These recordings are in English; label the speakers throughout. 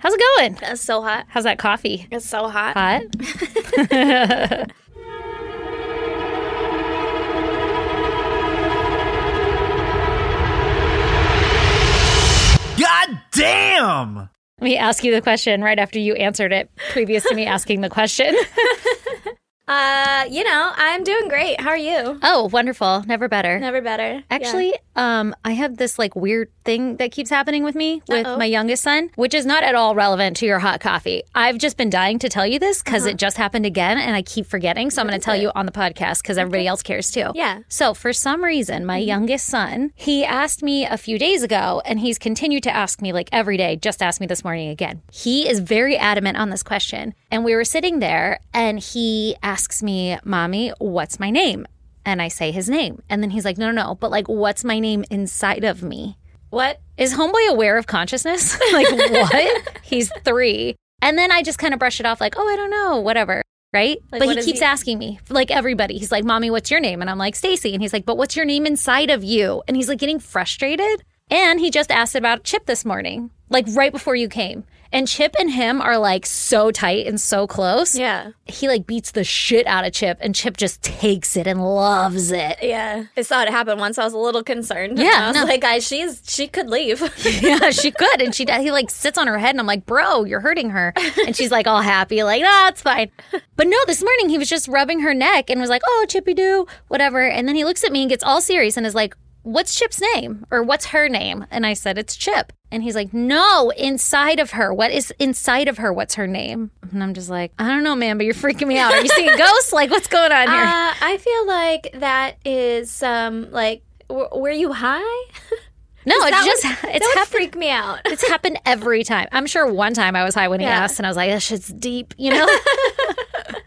Speaker 1: How's it going?
Speaker 2: It's so hot.
Speaker 1: How's that coffee?
Speaker 2: It's so hot.
Speaker 1: Hot?
Speaker 3: God damn!
Speaker 1: Let me ask you the question right after you answered it previous to me asking the question.
Speaker 2: Uh, you know, I'm doing great. How are you?
Speaker 1: Oh, wonderful. Never better.
Speaker 2: Never better.
Speaker 1: Actually, um, I have this like weird thing that keeps happening with me with
Speaker 2: Uh-oh.
Speaker 1: my youngest son, which is not at all relevant to your hot coffee. I've just been dying to tell you this because it just happened again and I keep forgetting. So I'm going to tell you on the podcast because everybody else cares too.
Speaker 2: Yeah.
Speaker 1: So for some reason, my youngest son, he asked me a few days ago and he's continued to ask me like every day, just asked me this morning again. He is very adamant on this question. And we were sitting there and he asks me, Mommy, what's my name? and I say his name. And then he's like, no, no, no, but like, what's my name inside of me?
Speaker 2: what?
Speaker 1: Is homeboy aware of consciousness? like, what? he's three. And then I just kind of brush it off, like, oh, I don't know, whatever. Right.
Speaker 2: Like,
Speaker 1: but
Speaker 2: what
Speaker 1: he
Speaker 2: is
Speaker 1: keeps
Speaker 2: he-
Speaker 1: asking me, like everybody. He's like, Mommy, what's your name? And I'm like, Stacy. And he's like, But what's your name inside of you? And he's like getting frustrated. And he just asked about Chip this morning, like right before you came. And Chip and him are like so tight and so close.
Speaker 2: Yeah.
Speaker 1: He like beats the shit out of Chip, and Chip just takes it and loves it.
Speaker 2: Yeah. I saw it happen once. I was a little concerned.
Speaker 1: Yeah,
Speaker 2: I was
Speaker 1: no.
Speaker 2: like, I, she's she could leave.
Speaker 1: yeah, she could. And she he like sits on her head and I'm like, bro, you're hurting her. And she's like all happy, like, ah, it's fine. But no, this morning he was just rubbing her neck and was like, Oh, Chippy Doo, whatever. And then he looks at me and gets all serious and is like, What's Chip's name? Or what's her name? And I said, It's Chip. And he's like, No, inside of her. What is inside of her? What's her name? And I'm just like, I don't know, man, but you're freaking me out. Are you seeing ghosts? Like, what's going on here?
Speaker 2: Uh, I feel like that is um like w- were you high?
Speaker 1: no, it's
Speaker 2: that
Speaker 1: just
Speaker 2: would, that
Speaker 1: it's
Speaker 2: would
Speaker 1: happening.
Speaker 2: freak me out.
Speaker 1: It's happened every time. I'm sure one time I was high when he
Speaker 2: Yeah.
Speaker 1: asked, and I was like, "That shit's deep," you know.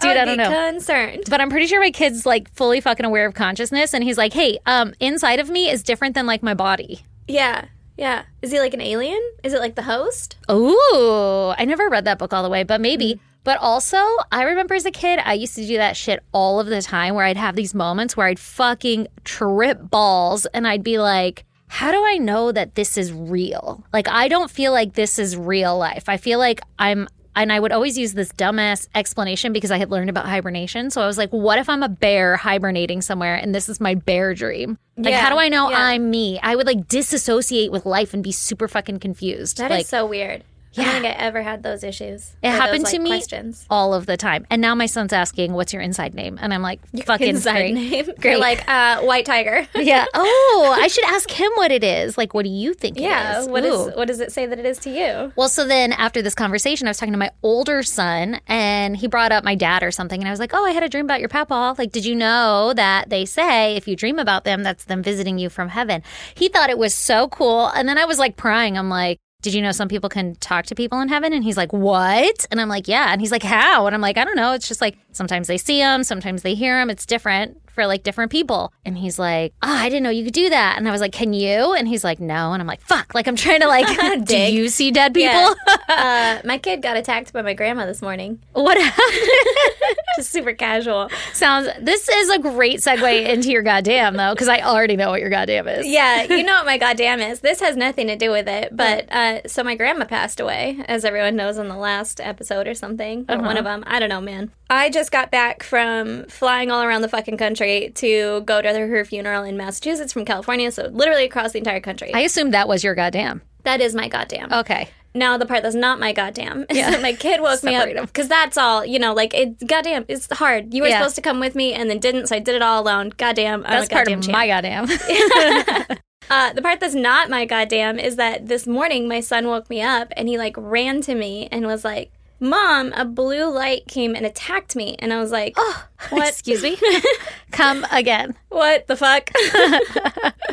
Speaker 1: Dude, I,
Speaker 2: would
Speaker 1: don't
Speaker 2: be
Speaker 1: know.
Speaker 2: Concerned.
Speaker 1: but I'm pretty sure my kid's like fully fucking aware of consciousness, and he's like, "Hey, um, inside of me is different than like my body."
Speaker 2: Yeah. Yeah. Is he like an alien? Is it like the host?
Speaker 1: Ooh, I never read that book all the way, but maybe.
Speaker 2: Mm.
Speaker 1: But also, I remember as a kid, I used to do that shit all of the time where I'd have these moments where I'd fucking trip balls and I'd be like, how do I know that this is real? Like, I don't feel like this is real life. I feel like I'm, and I would always use this dumbass explanation because I had learned about hibernation. So I was like, what if I'm a bear hibernating somewhere and this is my bear dream? Like,
Speaker 2: Yeah,
Speaker 1: how do I know
Speaker 2: yeah.
Speaker 1: I'm me? I would like disassociate with life and be super fucking confused.
Speaker 2: That is
Speaker 1: like,
Speaker 2: so weird. I
Speaker 1: Yeah.
Speaker 2: don't think I ever had those issues.
Speaker 1: it
Speaker 2: or those,
Speaker 1: happened to
Speaker 2: like,
Speaker 1: me
Speaker 2: Questions.
Speaker 1: all of the time. And now my son's asking, "What's your inside name?" And I'm like, "Fucking
Speaker 2: Inside
Speaker 1: great.
Speaker 2: name.
Speaker 1: Great.
Speaker 2: You're like uh, white tiger.
Speaker 1: yeah. Oh, I should ask him what it is. Like, what do you think? It
Speaker 2: Yeah.
Speaker 1: is?
Speaker 2: What is?
Speaker 1: Ooh.
Speaker 2: What does it say that it is to you?
Speaker 1: Well, so then after this conversation, I was talking to my older son, and he brought up my dad or something, and I was like, "Oh, I had a dream about your papa. Like, did you know that they say if you dream about them, that's them visiting you from heaven?" He thought it was so cool, and then I was like prying. I'm like. Did you know some people can talk to people in heaven? And he's like, What? And I'm like, Yeah. And he's like, How? And I'm like, I don't know. It's just like sometimes they see him, sometimes they hear him. It's different for like different people. And he's like, Oh, I didn't know you could do that. And I was like, Can you? And he's like, No. And I'm like, Fuck. Like, I'm trying to like, Do
Speaker 2: Dig.
Speaker 1: you see dead people?
Speaker 2: Yeah. uh, my kid got attacked by my grandma this morning.
Speaker 1: What happened?
Speaker 2: Just super casual.
Speaker 1: Sounds. This is a great segue into your goddamn though, because I already know what your goddamn is.
Speaker 2: Yeah, you know what my goddamn is. This has nothing to do with it, but uh, so my grandma passed away, as everyone knows on the last episode or something, or
Speaker 1: Uh-huh.
Speaker 2: one of them. I don't know, man. I just got back from flying all around the fucking country to go to her funeral in Massachusetts from California, so literally across the entire country.
Speaker 1: I assumed that was your goddamn.
Speaker 2: that is my goddamn.
Speaker 1: Okay.
Speaker 2: Now the part that's not my goddamn is that my kid woke me
Speaker 1: Separate 'em.
Speaker 2: up because that's all you know. Like it, goddamn, it's hard. You were
Speaker 1: Yeah.
Speaker 2: supposed to come with me and then didn't, so I did it all alone. Goddamn, I'm
Speaker 1: That's
Speaker 2: a
Speaker 1: part
Speaker 2: goddamn
Speaker 1: of
Speaker 2: champ.
Speaker 1: my goddamn.
Speaker 2: Uh, the part that's not my goddamn is that this morning my son woke me up and he like ran to me and was like, "Mom, a blue light came and attacked me," and I was like, "Oh, what?
Speaker 1: Excuse me. Come again.
Speaker 2: what the fuck?"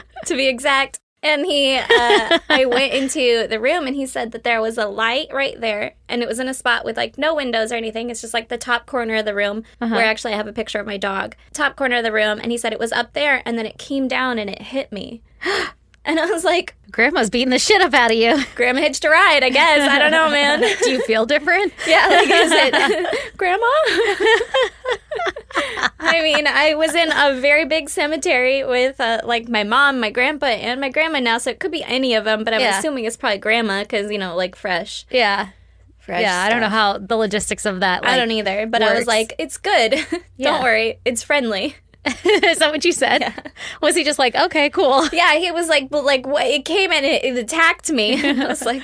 Speaker 2: to be exact. And he, uh, I went into the room and he said that there was a light right there and it was in a spot with like no windows or anything. It's just like the top corner of the room where actually I have a picture of my dog. Top corner of the room. And he said it was up there and then it came down and it hit me. And I was like,
Speaker 1: Grandma's beating the shit up out of you.
Speaker 2: Grandma hitched a ride, I guess. I don't know, man.
Speaker 1: Do you feel different?
Speaker 2: yeah, like is it Grandma? I mean, I was in a very big cemetery with uh, like my mom, my grandpa, and my grandma now, so it could be any of them, but I'm
Speaker 1: Yeah.
Speaker 2: assuming it's probably grandma because, you know, like fresh.
Speaker 1: yeah.
Speaker 2: fresh
Speaker 1: yeah, I don't know
Speaker 2: stuff.
Speaker 1: how the logistics of that. Like,
Speaker 2: I don't either, but I
Speaker 1: works.
Speaker 2: was like, it's good.
Speaker 1: Yeah.
Speaker 2: don't worry. It's friendly.
Speaker 1: Is that what you said? Was he just like, okay, cool.
Speaker 2: e- Yeah, he was like, but like, what, it came and it, it attacked me. I was like,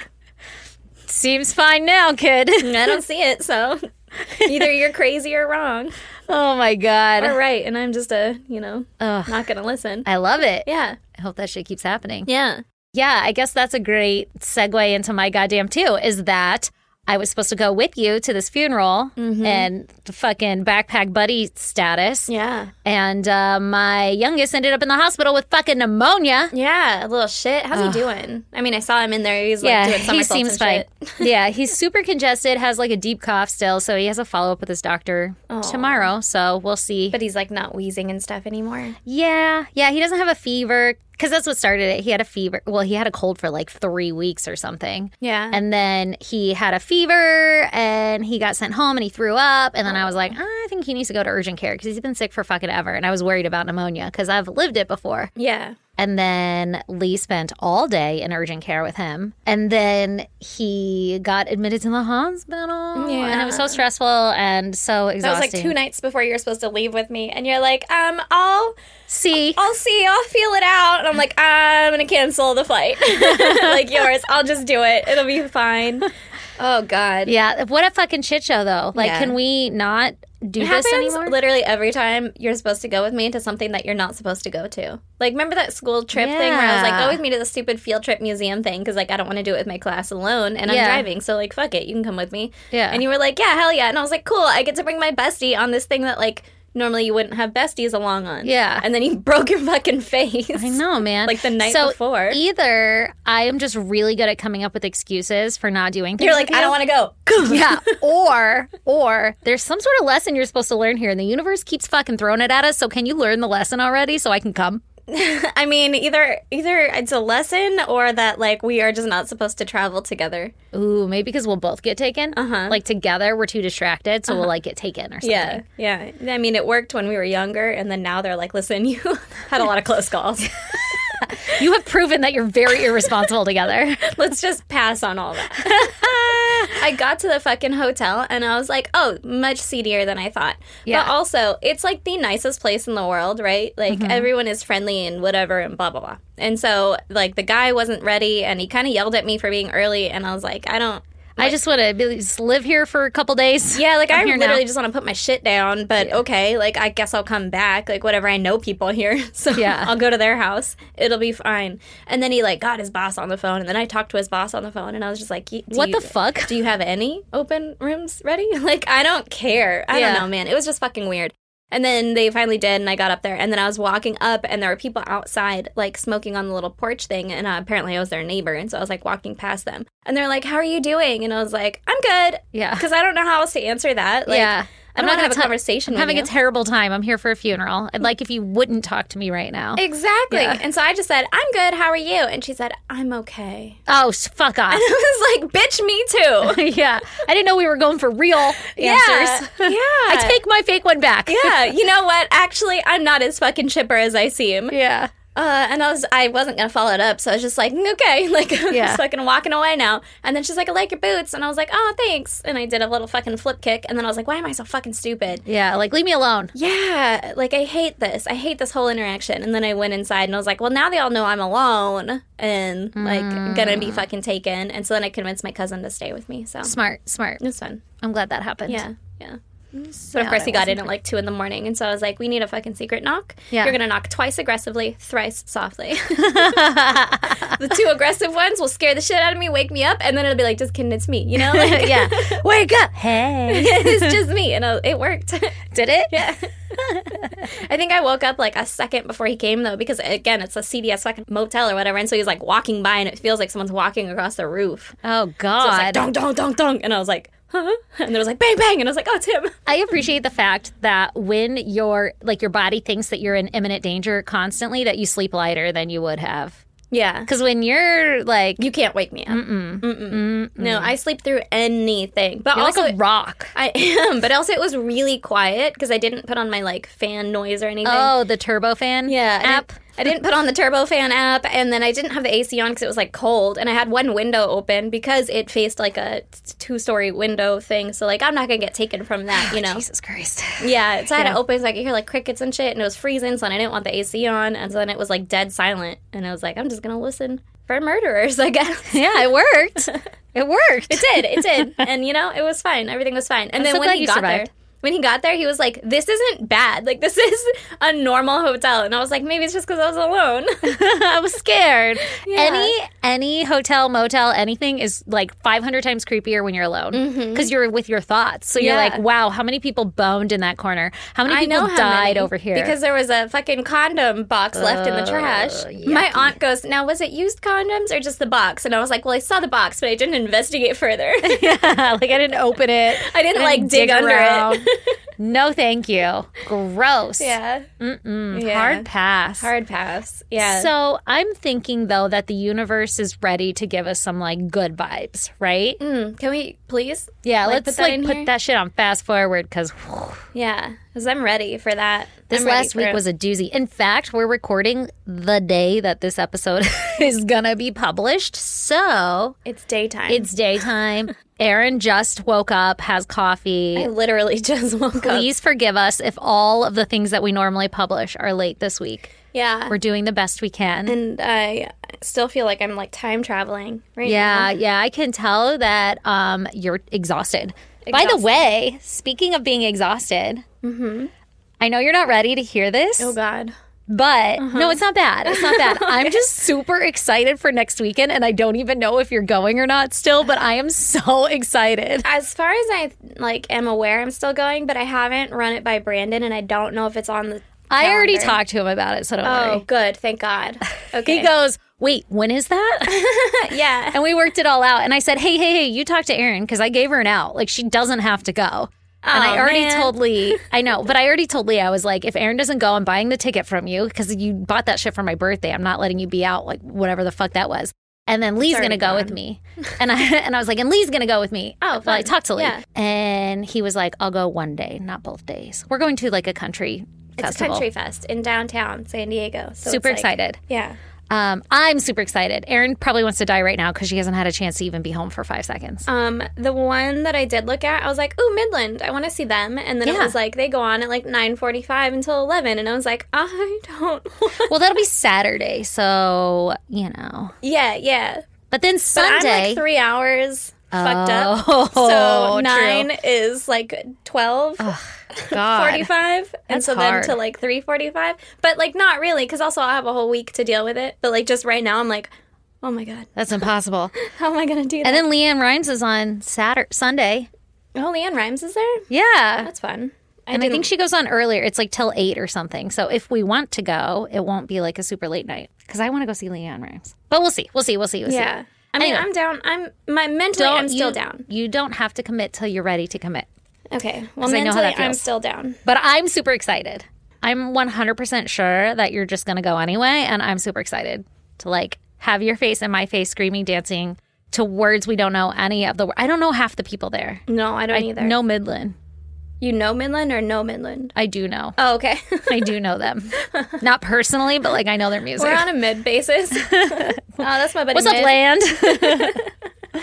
Speaker 1: Seems fine now, kid.
Speaker 2: I don't see it, so either you're crazy or wrong.
Speaker 1: oh my god.
Speaker 2: All right, and I'm just a, you know,
Speaker 1: Ugh.
Speaker 2: not gonna listen.
Speaker 1: I love it.
Speaker 2: Yeah.
Speaker 1: I hope that shit keeps happening.
Speaker 2: Yeah.
Speaker 1: Yeah, I guess that's a great segue into my goddamn too. Is that I was supposed to go with you to this funeral
Speaker 2: Mm-hmm.
Speaker 1: and the fucking backpack buddy status,
Speaker 2: Yeah.
Speaker 1: and uh, my youngest ended up in the hospital with fucking pneumonia.
Speaker 2: Yeah, a little shit. How's he doing? I mean, I saw him in there. He's like doing
Speaker 1: he
Speaker 2: somersaults
Speaker 1: seems
Speaker 2: and
Speaker 1: fine.
Speaker 2: shit.
Speaker 1: yeah, he's super congested, has like a deep cough still, so he has a follow up with his doctor tomorrow. So we'll see.
Speaker 2: But he's like not wheezing and stuff anymore.
Speaker 1: Yeah, yeah, he doesn't have a fever because that's what started it. He had a fever. Well, he had a cold for like three weeks or something.
Speaker 2: Yeah.
Speaker 1: And then he had a fever and he got sent home and he threw up. And then I was like,
Speaker 2: Uh-huh.
Speaker 1: "Ah, I think he needs to go to urgent care because he's been sick for fucking ever. And I was worried about pneumonia because I've lived it before.
Speaker 2: yeah.
Speaker 1: And then Lee spent all day in urgent care with him. And then he got admitted to the hospital.
Speaker 2: Yeah.
Speaker 1: And it was so stressful and so
Speaker 2: That was
Speaker 1: exhausting.
Speaker 2: like two nights before you were supposed to leave with me, and you're like, um, I'll,
Speaker 1: See,
Speaker 2: I'll see, I'll feel it out, and I'm like, I'm gonna cancel the flight, like yours. I'll just do it. It'll be fine. Oh God,
Speaker 1: Yeah, what a fucking shit show though. Like,
Speaker 2: Yeah.
Speaker 1: can we not do this
Speaker 2: It happens
Speaker 1: anymore?
Speaker 2: literally every time you're supposed to go with me to something that you're not supposed to go to. Like, remember that school trip thing where I was like,
Speaker 1: Yeah.
Speaker 2: go with me to the stupid field trip museum thing because, like, I don't want to do it with my class alone and
Speaker 1: Yeah.
Speaker 2: I'm driving. So, like, fuck it, you can come with me.
Speaker 1: Yeah.
Speaker 2: And you were like, yeah, hell yeah. And I was like, cool, I get to bring my bestie on this thing that, like, normally you wouldn't have besties along on.
Speaker 1: Yeah.
Speaker 2: And then you broke your fucking face.
Speaker 1: I know, man.
Speaker 2: Like the night
Speaker 1: so
Speaker 2: before.
Speaker 1: Either I am just really good at coming up with excuses for not doing things.
Speaker 2: You're like,
Speaker 1: with
Speaker 2: I
Speaker 1: you.
Speaker 2: don't want to go.
Speaker 1: yeah. Or or there's some sort of lesson you're supposed to learn here, and the universe keeps fucking throwing it at us. So can you learn the lesson already so I can come?
Speaker 2: I mean, either either it's a lesson or that like we are just not supposed to travel together.
Speaker 1: Ooh, maybe because we'll both get taken.
Speaker 2: Uh-huh.
Speaker 1: Like together, we're too distracted, so we'll like get taken or something.
Speaker 2: Yeah, yeah. I mean, it worked when we were younger, and then now they're like, "Listen, you had a lot of close calls.
Speaker 1: You have proven that you're very irresponsible together.
Speaker 2: Let's just pass on all that." I got to the fucking hotel, and I was like, "Oh, much seedier than I thought."
Speaker 1: Yeah.
Speaker 2: But also, it's like the nicest place in the world, right? Like everyone is friendly and whatever, and blah blah blah. And so, like, the guy wasn't ready, and he kind of yelled at me for being early, and I was like, "I don't."
Speaker 1: I just want to be, just live here for a couple days.
Speaker 2: Yeah, like I
Speaker 1: here
Speaker 2: literally
Speaker 1: now.
Speaker 2: just want to put my shit down, but okay, like I guess I'll come back, like whatever. I know people here, so
Speaker 1: Yeah.
Speaker 2: I'll go to their house. It'll be fine. And then he like got his boss on the phone, and then I talked to his boss on the phone, and I was just like, "Y- do
Speaker 1: What
Speaker 2: you-
Speaker 1: the fuck?
Speaker 2: Do you have any open rooms ready? Like I don't care. I
Speaker 1: Yeah.
Speaker 2: don't know, man. It was just fucking weird. And then they finally did, and I got up there, and then I was walking up, and there were people outside, like smoking on the little porch thing, and uh, apparently I was their neighbor, and so I was like walking past them, and they're like, "How are you doing?" And I was like, "I'm good."
Speaker 1: Yeah.
Speaker 2: because I don't know how else to answer that. Like,
Speaker 1: Yeah. I'm
Speaker 2: I'm not
Speaker 1: not
Speaker 2: gonna have a
Speaker 1: gonna t-
Speaker 2: conversation.
Speaker 1: I'm having a
Speaker 2: with you.
Speaker 1: terrible time. I'm here for a funeral. I'd like if you wouldn't talk to me right now.
Speaker 2: exactly.
Speaker 1: Yeah.
Speaker 2: And so I just said, "I'm good. How are you?" And she said, "I'm okay."
Speaker 1: Oh, s- fuck off.
Speaker 2: I was like, "Bitch, me too."
Speaker 1: yeah. I didn't know we were going for real answers.
Speaker 2: Yeah, yeah.
Speaker 1: I take my fake one back.
Speaker 2: yeah. You know what? Actually, I'm not as fucking chipper as I seem.
Speaker 1: Yeah.
Speaker 2: Uh, and I was, I wasn't gonna follow it up, so I was just like, "Mm, okay, like, I'm
Speaker 1: Yeah.
Speaker 2: just fucking walking away now. And then she's like, "I like your boots," and I was like, "Oh, thanks." And I did a little fucking flip kick, and then I was like, "Why am I so fucking stupid?"
Speaker 1: Yeah. Like, leave me alone.
Speaker 2: yeah, like I hate this. I hate this whole interaction. And then I went inside and I was like, well, now they all know I'm alone and like gonna
Speaker 1: Mm.
Speaker 2: be fucking taken. And so then I convinced my cousin to stay with me. So it
Speaker 1: Smart, smart.
Speaker 2: was fun.
Speaker 1: I'm glad that happened.
Speaker 2: Yeah, yeah. But of course, he got in at like two in the morning. And so I was like, we need a fucking secret knock.
Speaker 1: Yeah.
Speaker 2: You're gonna knock twice aggressively, thrice softly. the two aggressive ones will scare the shit out of me, wake me up, and then it'll be like, just kidding, it's me, you know? Like,
Speaker 1: yeah. Wake up. Hey.
Speaker 2: it's just me. And I, it worked.
Speaker 1: Did it? Yeah.
Speaker 2: I think I woke up like a second before he came though, because again, it's a CDS fucking motel or whatever, and so he's like walking by, and it feels like someone's walking across the roof.
Speaker 1: Oh,
Speaker 2: So it's
Speaker 1: God.
Speaker 2: like dong dong dong dong, and I was like, huh? And there was like bang bang, and I was like, oh, it's him.
Speaker 1: I appreciate the fact that when your like your body thinks that you're in imminent danger constantly, that you sleep lighter than you would have.
Speaker 2: Yeah.
Speaker 1: Because when you're like,
Speaker 2: You can't wake me up.
Speaker 1: mm-mm, mm-mm.
Speaker 2: No, I sleep through anything. But
Speaker 1: you're
Speaker 2: also,
Speaker 1: like a rock.
Speaker 2: I am. But also, it was really quiet because I didn't put on my like fan noise or anything.
Speaker 1: Oh, the turbo fan.
Speaker 2: yeah. I
Speaker 1: app.
Speaker 2: didn't- I didn't put on the turbo fan app, and then I didn't have the AC on because it was like cold, and I had one window open because it faced like a two story window thing. So like, I'm not gonna get taken from that, you know.
Speaker 1: Ah, Jesus Christ.
Speaker 2: Yeah, so I had it open so I could hear like crickets and shit, and it was freezing, so I didn't want the AC on, and so then it was like dead silent, and I was like, I'm just gonna listen for murderers, I guess.
Speaker 1: Yeah, it worked. it worked.
Speaker 2: It did, it did, and you know, it was fine. Everything was fine. And then
Speaker 1: so
Speaker 2: when
Speaker 1: glad
Speaker 2: he
Speaker 1: you
Speaker 2: got
Speaker 1: survived.
Speaker 2: there, when he got there, he was like, "This isn't bad. Like this is a normal hotel." And I was like, "Maybe it's just because I was alone."
Speaker 1: I was scared.
Speaker 2: Yeah.
Speaker 1: Any any hotel, motel, anything is like 500 times creepier when you're alone because you're with your thoughts. So you're
Speaker 2: Mm-hmm. Yeah.
Speaker 1: like, wow, how many people boned in that corner? How many
Speaker 2: I
Speaker 1: people
Speaker 2: know how
Speaker 1: died
Speaker 2: many,
Speaker 1: over here? Oh,
Speaker 2: because there was a fucking condom box left in the
Speaker 1: Ugh,
Speaker 2: trash. My aunt goes, "Now was it used condoms or just the box?" And I was like, "Well, I saw the box, but I didn't investigate further."
Speaker 1: yeah, like I didn't open it.
Speaker 2: I didn't, like dig, under it.
Speaker 1: no, thank you. Gross.
Speaker 2: Yeah.
Speaker 1: Mm-mm.
Speaker 2: Yeah.
Speaker 1: Hard pass.
Speaker 2: Hard pass. Yeah.
Speaker 1: So I'm thinking though that the universe is ready to give us some like good vibes, right?
Speaker 2: Mm, can we please?
Speaker 1: Yeah,
Speaker 2: Like,
Speaker 1: let's
Speaker 2: put that
Speaker 1: like
Speaker 2: in
Speaker 1: put
Speaker 2: here?
Speaker 1: that shit on fast forward because
Speaker 2: Yeah. Because I'm ready for that.
Speaker 1: this
Speaker 2: I'm ready
Speaker 1: last
Speaker 2: for
Speaker 1: week
Speaker 2: it.
Speaker 1: was a doozy. In fact, we're recording the day that this episode is gonna be published, so
Speaker 2: It's daytime.
Speaker 1: it's daytime. Aaron just woke up, has coffee.
Speaker 2: I literally just woke up.
Speaker 1: Please forgive us if all of the things that we normally publish are late this week.
Speaker 2: Yeah.
Speaker 1: We're doing the best we can.
Speaker 2: And I still feel like I'm like time traveling right
Speaker 1: Yeah, yeah, I can tell that um, you're exhausted. By the
Speaker 2: Exhausted. Mm-hmm.
Speaker 1: way, speaking of being exhausted, I know you're not ready to hear this,
Speaker 2: now. Oh, God.
Speaker 1: but
Speaker 2: Uh-huh.
Speaker 1: no, it's not bad. It's not bad. I'm just super excited for next weekend, and I don't even know if you're going or not still, but I am so excited.
Speaker 2: As far as I like am aware, I'm still going, but I haven't run it by Brandon, and I don't know if it's on the.
Speaker 1: I already
Speaker 2: calendar.
Speaker 1: talked to him about it, so don't
Speaker 2: Oh,
Speaker 1: worry.
Speaker 2: good. Thank God. Okay.
Speaker 1: He goes, Wait, when is that?
Speaker 2: yeah.
Speaker 1: And we worked it all out. And I said, hey, hey, hey, you talk to Erin because I gave her an out. Like, she doesn't have to go. and I
Speaker 2: Aw,
Speaker 1: already
Speaker 2: Oh, man.
Speaker 1: told Lee, I know, but I already told Lee, I was like, if Erin doesn't go, I'm buying the ticket from you because you bought that shit for my birthday. I'm not letting you be out, like, whatever the fuck that was. And then Lee's going to
Speaker 2: already
Speaker 1: go with
Speaker 2: gone.
Speaker 1: me. And I, and I was like, and Lee's going to go with me.
Speaker 2: Oh,
Speaker 1: Well, I
Speaker 2: fun.
Speaker 1: talked to Lee.
Speaker 2: Yeah.
Speaker 1: And he was like, I'll go one day, not both days. We're going to like a country
Speaker 2: It's
Speaker 1: festival.
Speaker 2: Country Fest in downtown San Diego. So
Speaker 1: Super
Speaker 2: it's, like-
Speaker 1: excited.
Speaker 2: Yeah.
Speaker 1: Um, I'm super excited. Erin probably wants to die right now because she hasn't had a chance to even be home for five seconds.
Speaker 2: Um, the one that I did look at, I was like, "Ooh, Midland! I want to see them." And then it
Speaker 1: Yeah.
Speaker 2: was like they go on at like nine forty-five until eleven, and I was like, "I don't." want-
Speaker 1: Well, that'll be Saturday, so you know.
Speaker 2: yeah, yeah.
Speaker 1: But then
Speaker 2: But
Speaker 1: Sunday,
Speaker 2: I'm like three hours fucked
Speaker 1: Oh,
Speaker 2: up.
Speaker 1: true. Oh,
Speaker 2: So nine is like twelve
Speaker 1: God,
Speaker 2: forty-five, and
Speaker 1: That's
Speaker 2: so
Speaker 1: hard.
Speaker 2: then to like three forty-five. But like not really, because also I have a whole week to deal with it. But like just right now, I'm like, "Oh my god,
Speaker 1: that's impossible.
Speaker 2: how am I gonna do
Speaker 1: and
Speaker 2: that?"
Speaker 1: then Leanne Rhymes is on Saturday, Sunday.
Speaker 2: oh, Leanne Rhymes is there.
Speaker 1: Yeah,
Speaker 2: That's fun. I
Speaker 1: and I
Speaker 2: didn't
Speaker 1: think she goes on earlier. It's like till eight or something. So if we want to go, it won't be like a super late night because I want to go see Leanne Rhymes. But we'll see. We'll see. We'll see. We'll see.
Speaker 2: Yeah. I mean,
Speaker 1: Anyway.
Speaker 2: I'm down. I'm my mentally,
Speaker 1: Don't
Speaker 2: I'm still
Speaker 1: you-
Speaker 2: down.
Speaker 1: You don't have to commit till you're ready to commit.
Speaker 2: Okay. Well,
Speaker 1: 'Cause I
Speaker 2: mentally,
Speaker 1: know how that
Speaker 2: I'm
Speaker 1: feels.
Speaker 2: still down.
Speaker 1: But I'm super excited. I'm 100% sure that you're just going to go anyway. And I'm super excited to like have your face and my face screaming, dancing to words we don't know any of the wor- I don't know half the people there.
Speaker 2: No, I don't either.
Speaker 1: No Midland.
Speaker 2: You know Midland or no Midland?
Speaker 1: I do know.
Speaker 2: Oh, okay.
Speaker 1: I do know them. Not personally, but like I know their music.
Speaker 2: We're on a mid basis. oh, that's my buddy.
Speaker 1: What's up,
Speaker 2: mid.
Speaker 1: land? oh,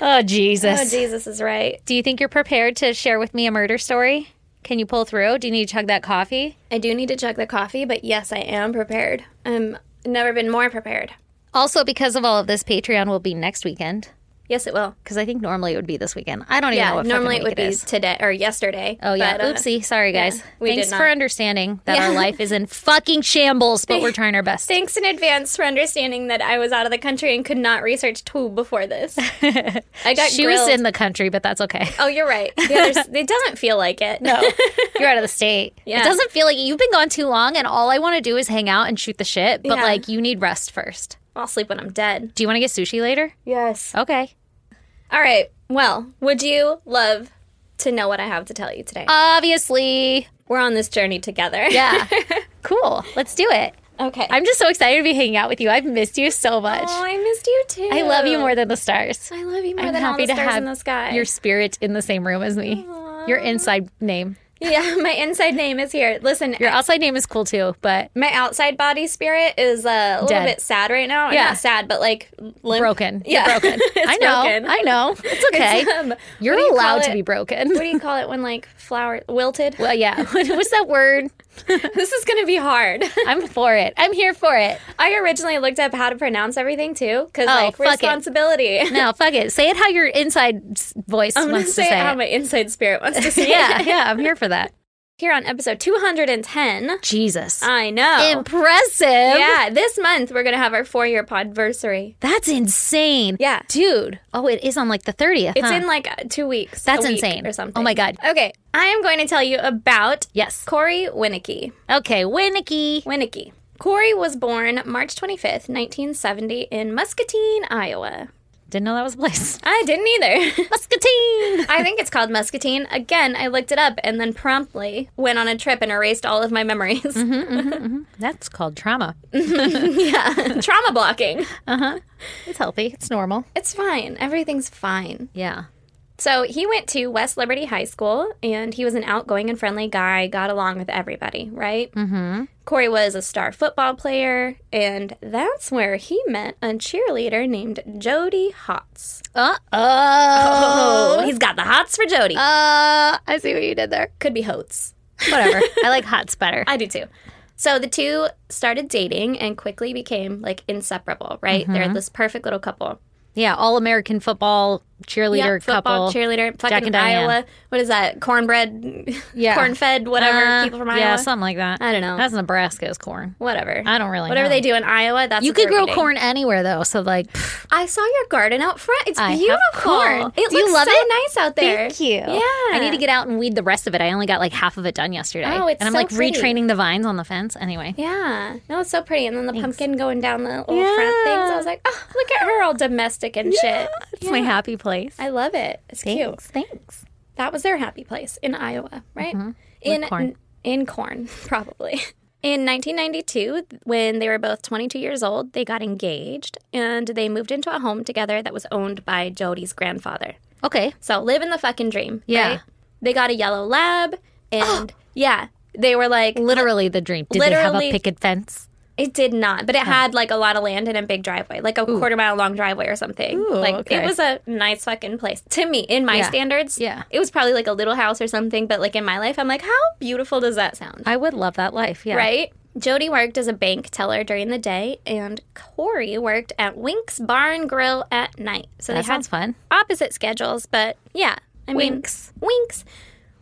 Speaker 2: Oh,
Speaker 1: Jesus.
Speaker 2: Jesus is right.
Speaker 1: do you think you're prepared to share with me a murder story? Can you pull through? Do you need to chug that coffee?
Speaker 2: I do need to chug the coffee, but yes, I am prepared. I'm never been more prepared.
Speaker 1: Also, because of all of this, Patreon will be next weekend.
Speaker 2: Yes, it will.
Speaker 1: because I think normally it would be this weekend. I don't even know
Speaker 2: Yeah,
Speaker 1: what
Speaker 2: normally
Speaker 1: fucking
Speaker 2: it
Speaker 1: week
Speaker 2: would be
Speaker 1: is.
Speaker 2: today or yesterday.
Speaker 1: Oh yeah,
Speaker 2: but, uh,
Speaker 1: oopsie. Sorry guys.
Speaker 2: we did
Speaker 1: Thanks
Speaker 2: not.
Speaker 1: for understanding that our life is in fucking shambles, but we're trying our best.
Speaker 2: Thanks in advance for understanding that I was out of the country and could not research two before this. I got
Speaker 1: She was
Speaker 2: grilled.
Speaker 1: in the country, but that's okay.
Speaker 2: Oh, you're right. The others, it doesn't feel like it. No.
Speaker 1: You're out of the state.
Speaker 2: Yeah.
Speaker 1: It doesn't feel like you've been gone too long, and all I want to do is hang out and shoot the shit. But
Speaker 2: Yeah.
Speaker 1: like, you need rest first.
Speaker 2: I'll sleep when I'm dead.
Speaker 1: Do you want to get sushi later?
Speaker 2: Yes.
Speaker 1: Okay.
Speaker 2: All right. Well, would you love to know what I have to tell
Speaker 1: Uh,
Speaker 2: you today?
Speaker 1: Obviously.
Speaker 2: We're on this journey together.
Speaker 1: Yeah. cool. Let's do it.
Speaker 2: Okay.
Speaker 1: I'm just so excited to be hanging out with you. I've missed you so much.
Speaker 2: Oh, I missed you too.
Speaker 1: I love you more than the stars.
Speaker 2: I love you more
Speaker 1: I'm
Speaker 2: than all
Speaker 1: happy
Speaker 2: the
Speaker 1: to
Speaker 2: stars
Speaker 1: have
Speaker 2: in the sky.
Speaker 1: Your spirit in the same room as me. Your inside name.
Speaker 2: yeah, my inside name is here. Listen,
Speaker 1: Your outside name is cool too, but
Speaker 2: my outside body spirit is uh, a little
Speaker 1: Dead.
Speaker 2: bit sad right now.
Speaker 1: Yeah.
Speaker 2: Yeah, not sad, but like limp.
Speaker 1: broken.
Speaker 2: Yeah,
Speaker 1: You're broken.
Speaker 2: It's
Speaker 1: I know.
Speaker 2: broken.
Speaker 1: I know. It's okay.
Speaker 2: It's, um,
Speaker 1: You're
Speaker 2: what do you
Speaker 1: allowed
Speaker 2: call
Speaker 1: to
Speaker 2: it?
Speaker 1: be broken.
Speaker 2: What do you call it when like flower wilted?
Speaker 1: well, yeah. What's that word?
Speaker 2: this is gonna be hard.
Speaker 1: I'm for it. I'm here for it.
Speaker 2: I originally looked up how to pronounce everything too, because like
Speaker 1: Oh, fuck it.
Speaker 2: responsibility.
Speaker 1: No, fuck it. Say it how your inside s- voice
Speaker 2: I'm gonna
Speaker 1: wants
Speaker 2: say,
Speaker 1: to
Speaker 2: it
Speaker 1: say
Speaker 2: how
Speaker 1: it.
Speaker 2: my inside spirit wants to say.
Speaker 1: yeah,
Speaker 2: it.
Speaker 1: yeah. I'm here for that.
Speaker 2: Here on episode 210,
Speaker 1: Jesus.
Speaker 2: I
Speaker 1: Oh.
Speaker 2: know.
Speaker 1: Impressive.
Speaker 2: yeah, this month we're gonna have our four year podversary.
Speaker 1: That's insane.
Speaker 2: Yeah.
Speaker 1: Dude. Oh, it is on like the 30th.
Speaker 2: It's
Speaker 1: huh?
Speaker 2: in like uh, two weeks. a
Speaker 1: That's
Speaker 2: week
Speaker 1: insane.
Speaker 2: or something.
Speaker 1: Oh my God.
Speaker 2: Okay, I am going to tell you about
Speaker 1: Yes.
Speaker 2: Corey Winicky.
Speaker 1: Okay. Winnicky.
Speaker 2: Winicky. Corey was born March 25th, 1970, in Muscatine, Iowa.
Speaker 1: Didn't know that was a place.
Speaker 2: I didn't either.
Speaker 1: Muscatine.
Speaker 2: I think it's called Muscatine. Again, I looked it up and then promptly went on a trip and erased all of my memories.
Speaker 1: Mm-hmm. That's called trauma.
Speaker 2: yeah. Trauma blocking.
Speaker 1: It's healthy. It's normal.
Speaker 2: It's fine. Everything's fine.
Speaker 1: Yeah.
Speaker 2: So he went to West Liberty High School and he was an outgoing and friendly guy, got along with everybody, right? Mm-hmm. Corey was a star football player, and that's where he met a cheerleader named Jody Hotz.
Speaker 1: Uh oh.
Speaker 2: he's got the hots for Jody.
Speaker 1: Uh, I see what you did there.
Speaker 2: Could be Hots.
Speaker 1: Whatever. I like hots better.
Speaker 2: I do too. So the two started dating and quickly became like inseparable, right? They're
Speaker 1: Mm-hmm.
Speaker 2: this perfect little couple.
Speaker 1: Yeah. All American football cheerleader
Speaker 2: Yep, football
Speaker 1: couple.
Speaker 2: cheerleader,
Speaker 1: Jack
Speaker 2: fucking
Speaker 1: and Diane.
Speaker 2: Iowa. What is that? Cornbread,
Speaker 1: Yeah.
Speaker 2: corn-fed, whatever.
Speaker 1: Uh,
Speaker 2: people from Iowa.
Speaker 1: yeah, something like that.
Speaker 2: I don't know.
Speaker 1: That's Nebraska's corn.
Speaker 2: whatever.
Speaker 1: I don't really
Speaker 2: Whatever
Speaker 1: know.
Speaker 2: they do in Iowa, that's
Speaker 1: You
Speaker 2: what
Speaker 1: could
Speaker 2: they're
Speaker 1: grow
Speaker 2: eating.
Speaker 1: corn anywhere though, so like pfft,
Speaker 2: I saw your garden out front. It's
Speaker 1: I have
Speaker 2: beautiful.
Speaker 1: corn.
Speaker 2: It
Speaker 1: Do you
Speaker 2: looks
Speaker 1: love
Speaker 2: so
Speaker 1: it?
Speaker 2: nice out there.
Speaker 1: thank you.
Speaker 2: Yeah.
Speaker 1: I need to get out and weed the rest of it. I only got like half of it done yesterday.
Speaker 2: Oh, it's
Speaker 1: and I'm
Speaker 2: so
Speaker 1: like
Speaker 2: pretty.
Speaker 1: retraining the vines on the fence anyway.
Speaker 2: Yeah. No, it's so pretty. And then the pumpkin going down the old
Speaker 1: Yeah.
Speaker 2: front things. I was like, oh, look at her all domestic and shit.
Speaker 1: It's my happy place.
Speaker 2: I love it. It's cute.
Speaker 1: Thanks. Thanks.
Speaker 2: That was their happy place in Iowa, right?
Speaker 1: Mm-hmm. With
Speaker 2: In
Speaker 1: corn.
Speaker 2: in corn, probably. In 1992, when they were both 22 years old, they got engaged and they moved into a home together that was owned by Jody's grandfather.
Speaker 1: Okay.
Speaker 2: So live in the fucking dream.
Speaker 1: Yeah.
Speaker 2: right? They got a yellow lab and yeah, they were like
Speaker 1: Literally the dream. Did they have
Speaker 2: Literally-
Speaker 1: a picket fence?
Speaker 2: it did not, but it had like a lot of land and a big driveway, like a quarter mile long driveway or something.
Speaker 1: Ooh,
Speaker 2: like
Speaker 1: okay.
Speaker 2: it was a nice fucking place to me in my
Speaker 1: Yeah.
Speaker 2: standards.
Speaker 1: Yeah.
Speaker 2: It was probably like a little house or something, but like in my life I'm like how beautiful does that sound?
Speaker 1: I would love that life. Yeah.
Speaker 2: Right? Jody worked as a bank teller during the day and Corey worked at Wink's Barn Grill at night. So
Speaker 1: That
Speaker 2: they had
Speaker 1: sounds fun.
Speaker 2: opposite schedules, but yeah, I mean,
Speaker 1: Winks.
Speaker 2: Winks,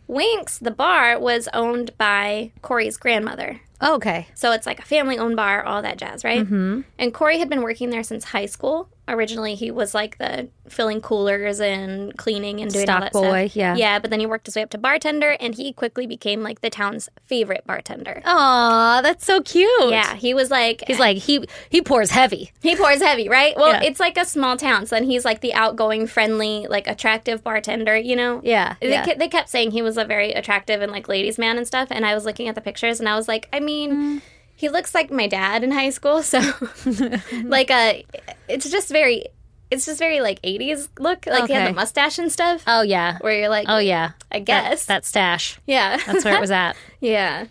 Speaker 2: Winks. The bar was owned by Corey's grandmother,
Speaker 1: okay.
Speaker 2: so it's like a family-owned bar, all that jazz, right? Mm-hmm. And Corey had been working there since high school. Originally, he was like the filling coolers and cleaning and doing all
Speaker 1: Stock
Speaker 2: that
Speaker 1: boy,
Speaker 2: stuff.
Speaker 1: yeah.
Speaker 2: yeah. But then he worked his way up to bartender, and he quickly became like the town's favorite bartender.
Speaker 1: Aw, that's so cute.
Speaker 2: Yeah, he was like
Speaker 1: Oh, He's like he he pours heavy.
Speaker 2: He pours heavy, right? Well,
Speaker 1: Yeah.
Speaker 2: it's like a small town, so then he's like the outgoing, friendly, like attractive bartender, you know?
Speaker 1: Yeah,
Speaker 2: They,
Speaker 1: yeah.
Speaker 2: ke- they kept saying he was a very attractive and like ladies' man and stuff, and I was looking at the pictures and I was like, I mean, he looks like my dad in high school, so like uh it's just very it's just very like 80s look, like he had
Speaker 1: Okay.
Speaker 2: the mustache and stuff
Speaker 1: Oh yeah.
Speaker 2: where you're like,
Speaker 1: Oh yeah.
Speaker 2: I guess.
Speaker 1: That stash.
Speaker 2: yeah.
Speaker 1: That's where it was at.
Speaker 2: Yeah.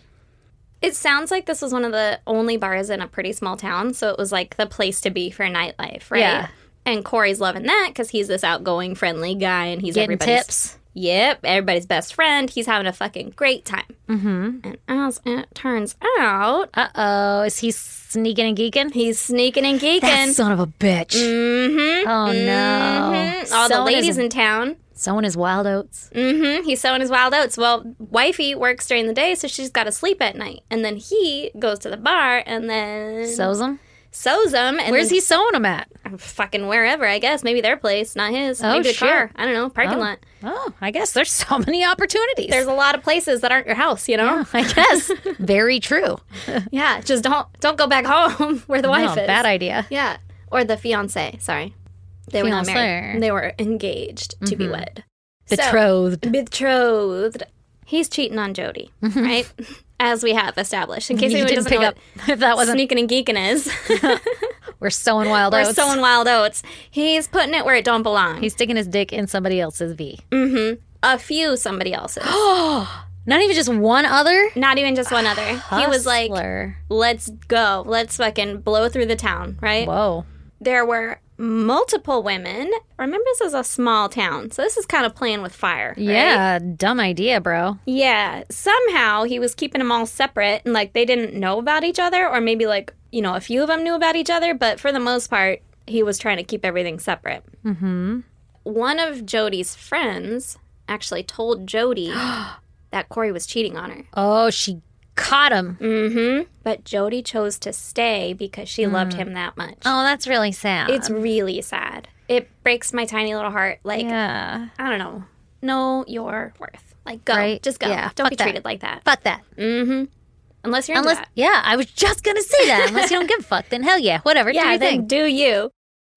Speaker 2: It sounds like this was one of the only bars in a pretty small town, so it was like the place to be for nightlife, right?
Speaker 1: Yeah.
Speaker 2: And Corey's loving that because he's this outgoing, friendly guy, and he's
Speaker 1: Getting
Speaker 2: everybody's
Speaker 1: tips.
Speaker 2: Yep, everybody's best friend. He's having a fucking great time. Mm-hmm. And as it turns out,
Speaker 1: Uh oh. Is he sneaking and geeking?
Speaker 2: he's sneaking and geeking.
Speaker 1: That son of a bitch.
Speaker 2: mm-hmm.
Speaker 1: Oh no.
Speaker 2: All the
Speaker 1: Someone is-
Speaker 2: ladies in town.
Speaker 1: Someone is wild oats.
Speaker 2: Mm-hmm. He's sowing his wild oats. Well, wifey works during the day, so she's got to sleep at night, and then he goes to the bar, and then
Speaker 1: Sows them.
Speaker 2: sows them. And
Speaker 1: Where's
Speaker 2: then
Speaker 1: he sewing them at?
Speaker 2: Fucking wherever, I guess. Maybe their place, not his.
Speaker 1: Oh,
Speaker 2: Maybe a
Speaker 1: sure.
Speaker 2: car. I don't know. Parking
Speaker 1: Oh.
Speaker 2: lot.
Speaker 1: Oh, I guess there's so many opportunities.
Speaker 2: There's a lot of places that aren't your house, you know.
Speaker 1: I guess. Very true.
Speaker 2: Yeah, just don't don't go back home where the wife
Speaker 1: No,
Speaker 2: is.
Speaker 1: bad idea.
Speaker 2: yeah, or the fiance. Sorry, they were not
Speaker 1: Fiancé.
Speaker 2: married. They were engaged to
Speaker 1: Mm-hmm.
Speaker 2: be wed. So-
Speaker 1: Betrothed.
Speaker 2: betrothed. He's cheating on Jody, right? as we have established. In case
Speaker 1: Mm-hmm. You didn't
Speaker 2: anyone doesn't
Speaker 1: pick
Speaker 2: know
Speaker 1: up if that
Speaker 2: what
Speaker 1: wasn't.
Speaker 2: sneaking and geeking is,
Speaker 1: We're sowing wild
Speaker 2: we're
Speaker 1: oats.
Speaker 2: sowing wild oats. He's putting it where it don't belong.
Speaker 1: He's sticking his dick in somebody else's V.
Speaker 2: a few somebody else's,
Speaker 1: Not even just one other.
Speaker 2: not even just one other. He was like,
Speaker 1: Hustler.
Speaker 2: "Let's go, let's fucking blow through the town." Right?
Speaker 1: "Whoa,
Speaker 2: There were multiple women. Remember, this is a small town, so this is kind of playing with fire. right?
Speaker 1: yeah, dumb idea, bro."
Speaker 2: Yeah, somehow he was keeping them all separate and like they didn't know about each other, or maybe like, you know, a few of them knew about each other, but for the most part, he was trying to keep everything separate. Mm-hmm. One of Jody's friends actually told Jody that Corey was cheating on her,
Speaker 1: Oh, she caught him.
Speaker 2: but Jody chose to stay because she loved him that much.
Speaker 1: Oh, that's really sad.
Speaker 2: It's really sad. It breaks my tiny little heart. Like,
Speaker 1: yeah.
Speaker 2: I don't know. Know your worth. Like, go.
Speaker 1: Right?
Speaker 2: Just go.
Speaker 1: Yeah,
Speaker 2: Don't
Speaker 1: fuck
Speaker 2: be
Speaker 1: that.
Speaker 2: treated like that. Mm-hmm.
Speaker 1: Fuck that.
Speaker 2: Unless you're into
Speaker 1: Unless,
Speaker 2: that.
Speaker 1: yeah, I was just gonna say that. Unless you don't give a fuck, then hell yeah, whatever. do
Speaker 2: Yeah,
Speaker 1: your
Speaker 2: then
Speaker 1: thing.
Speaker 2: do you.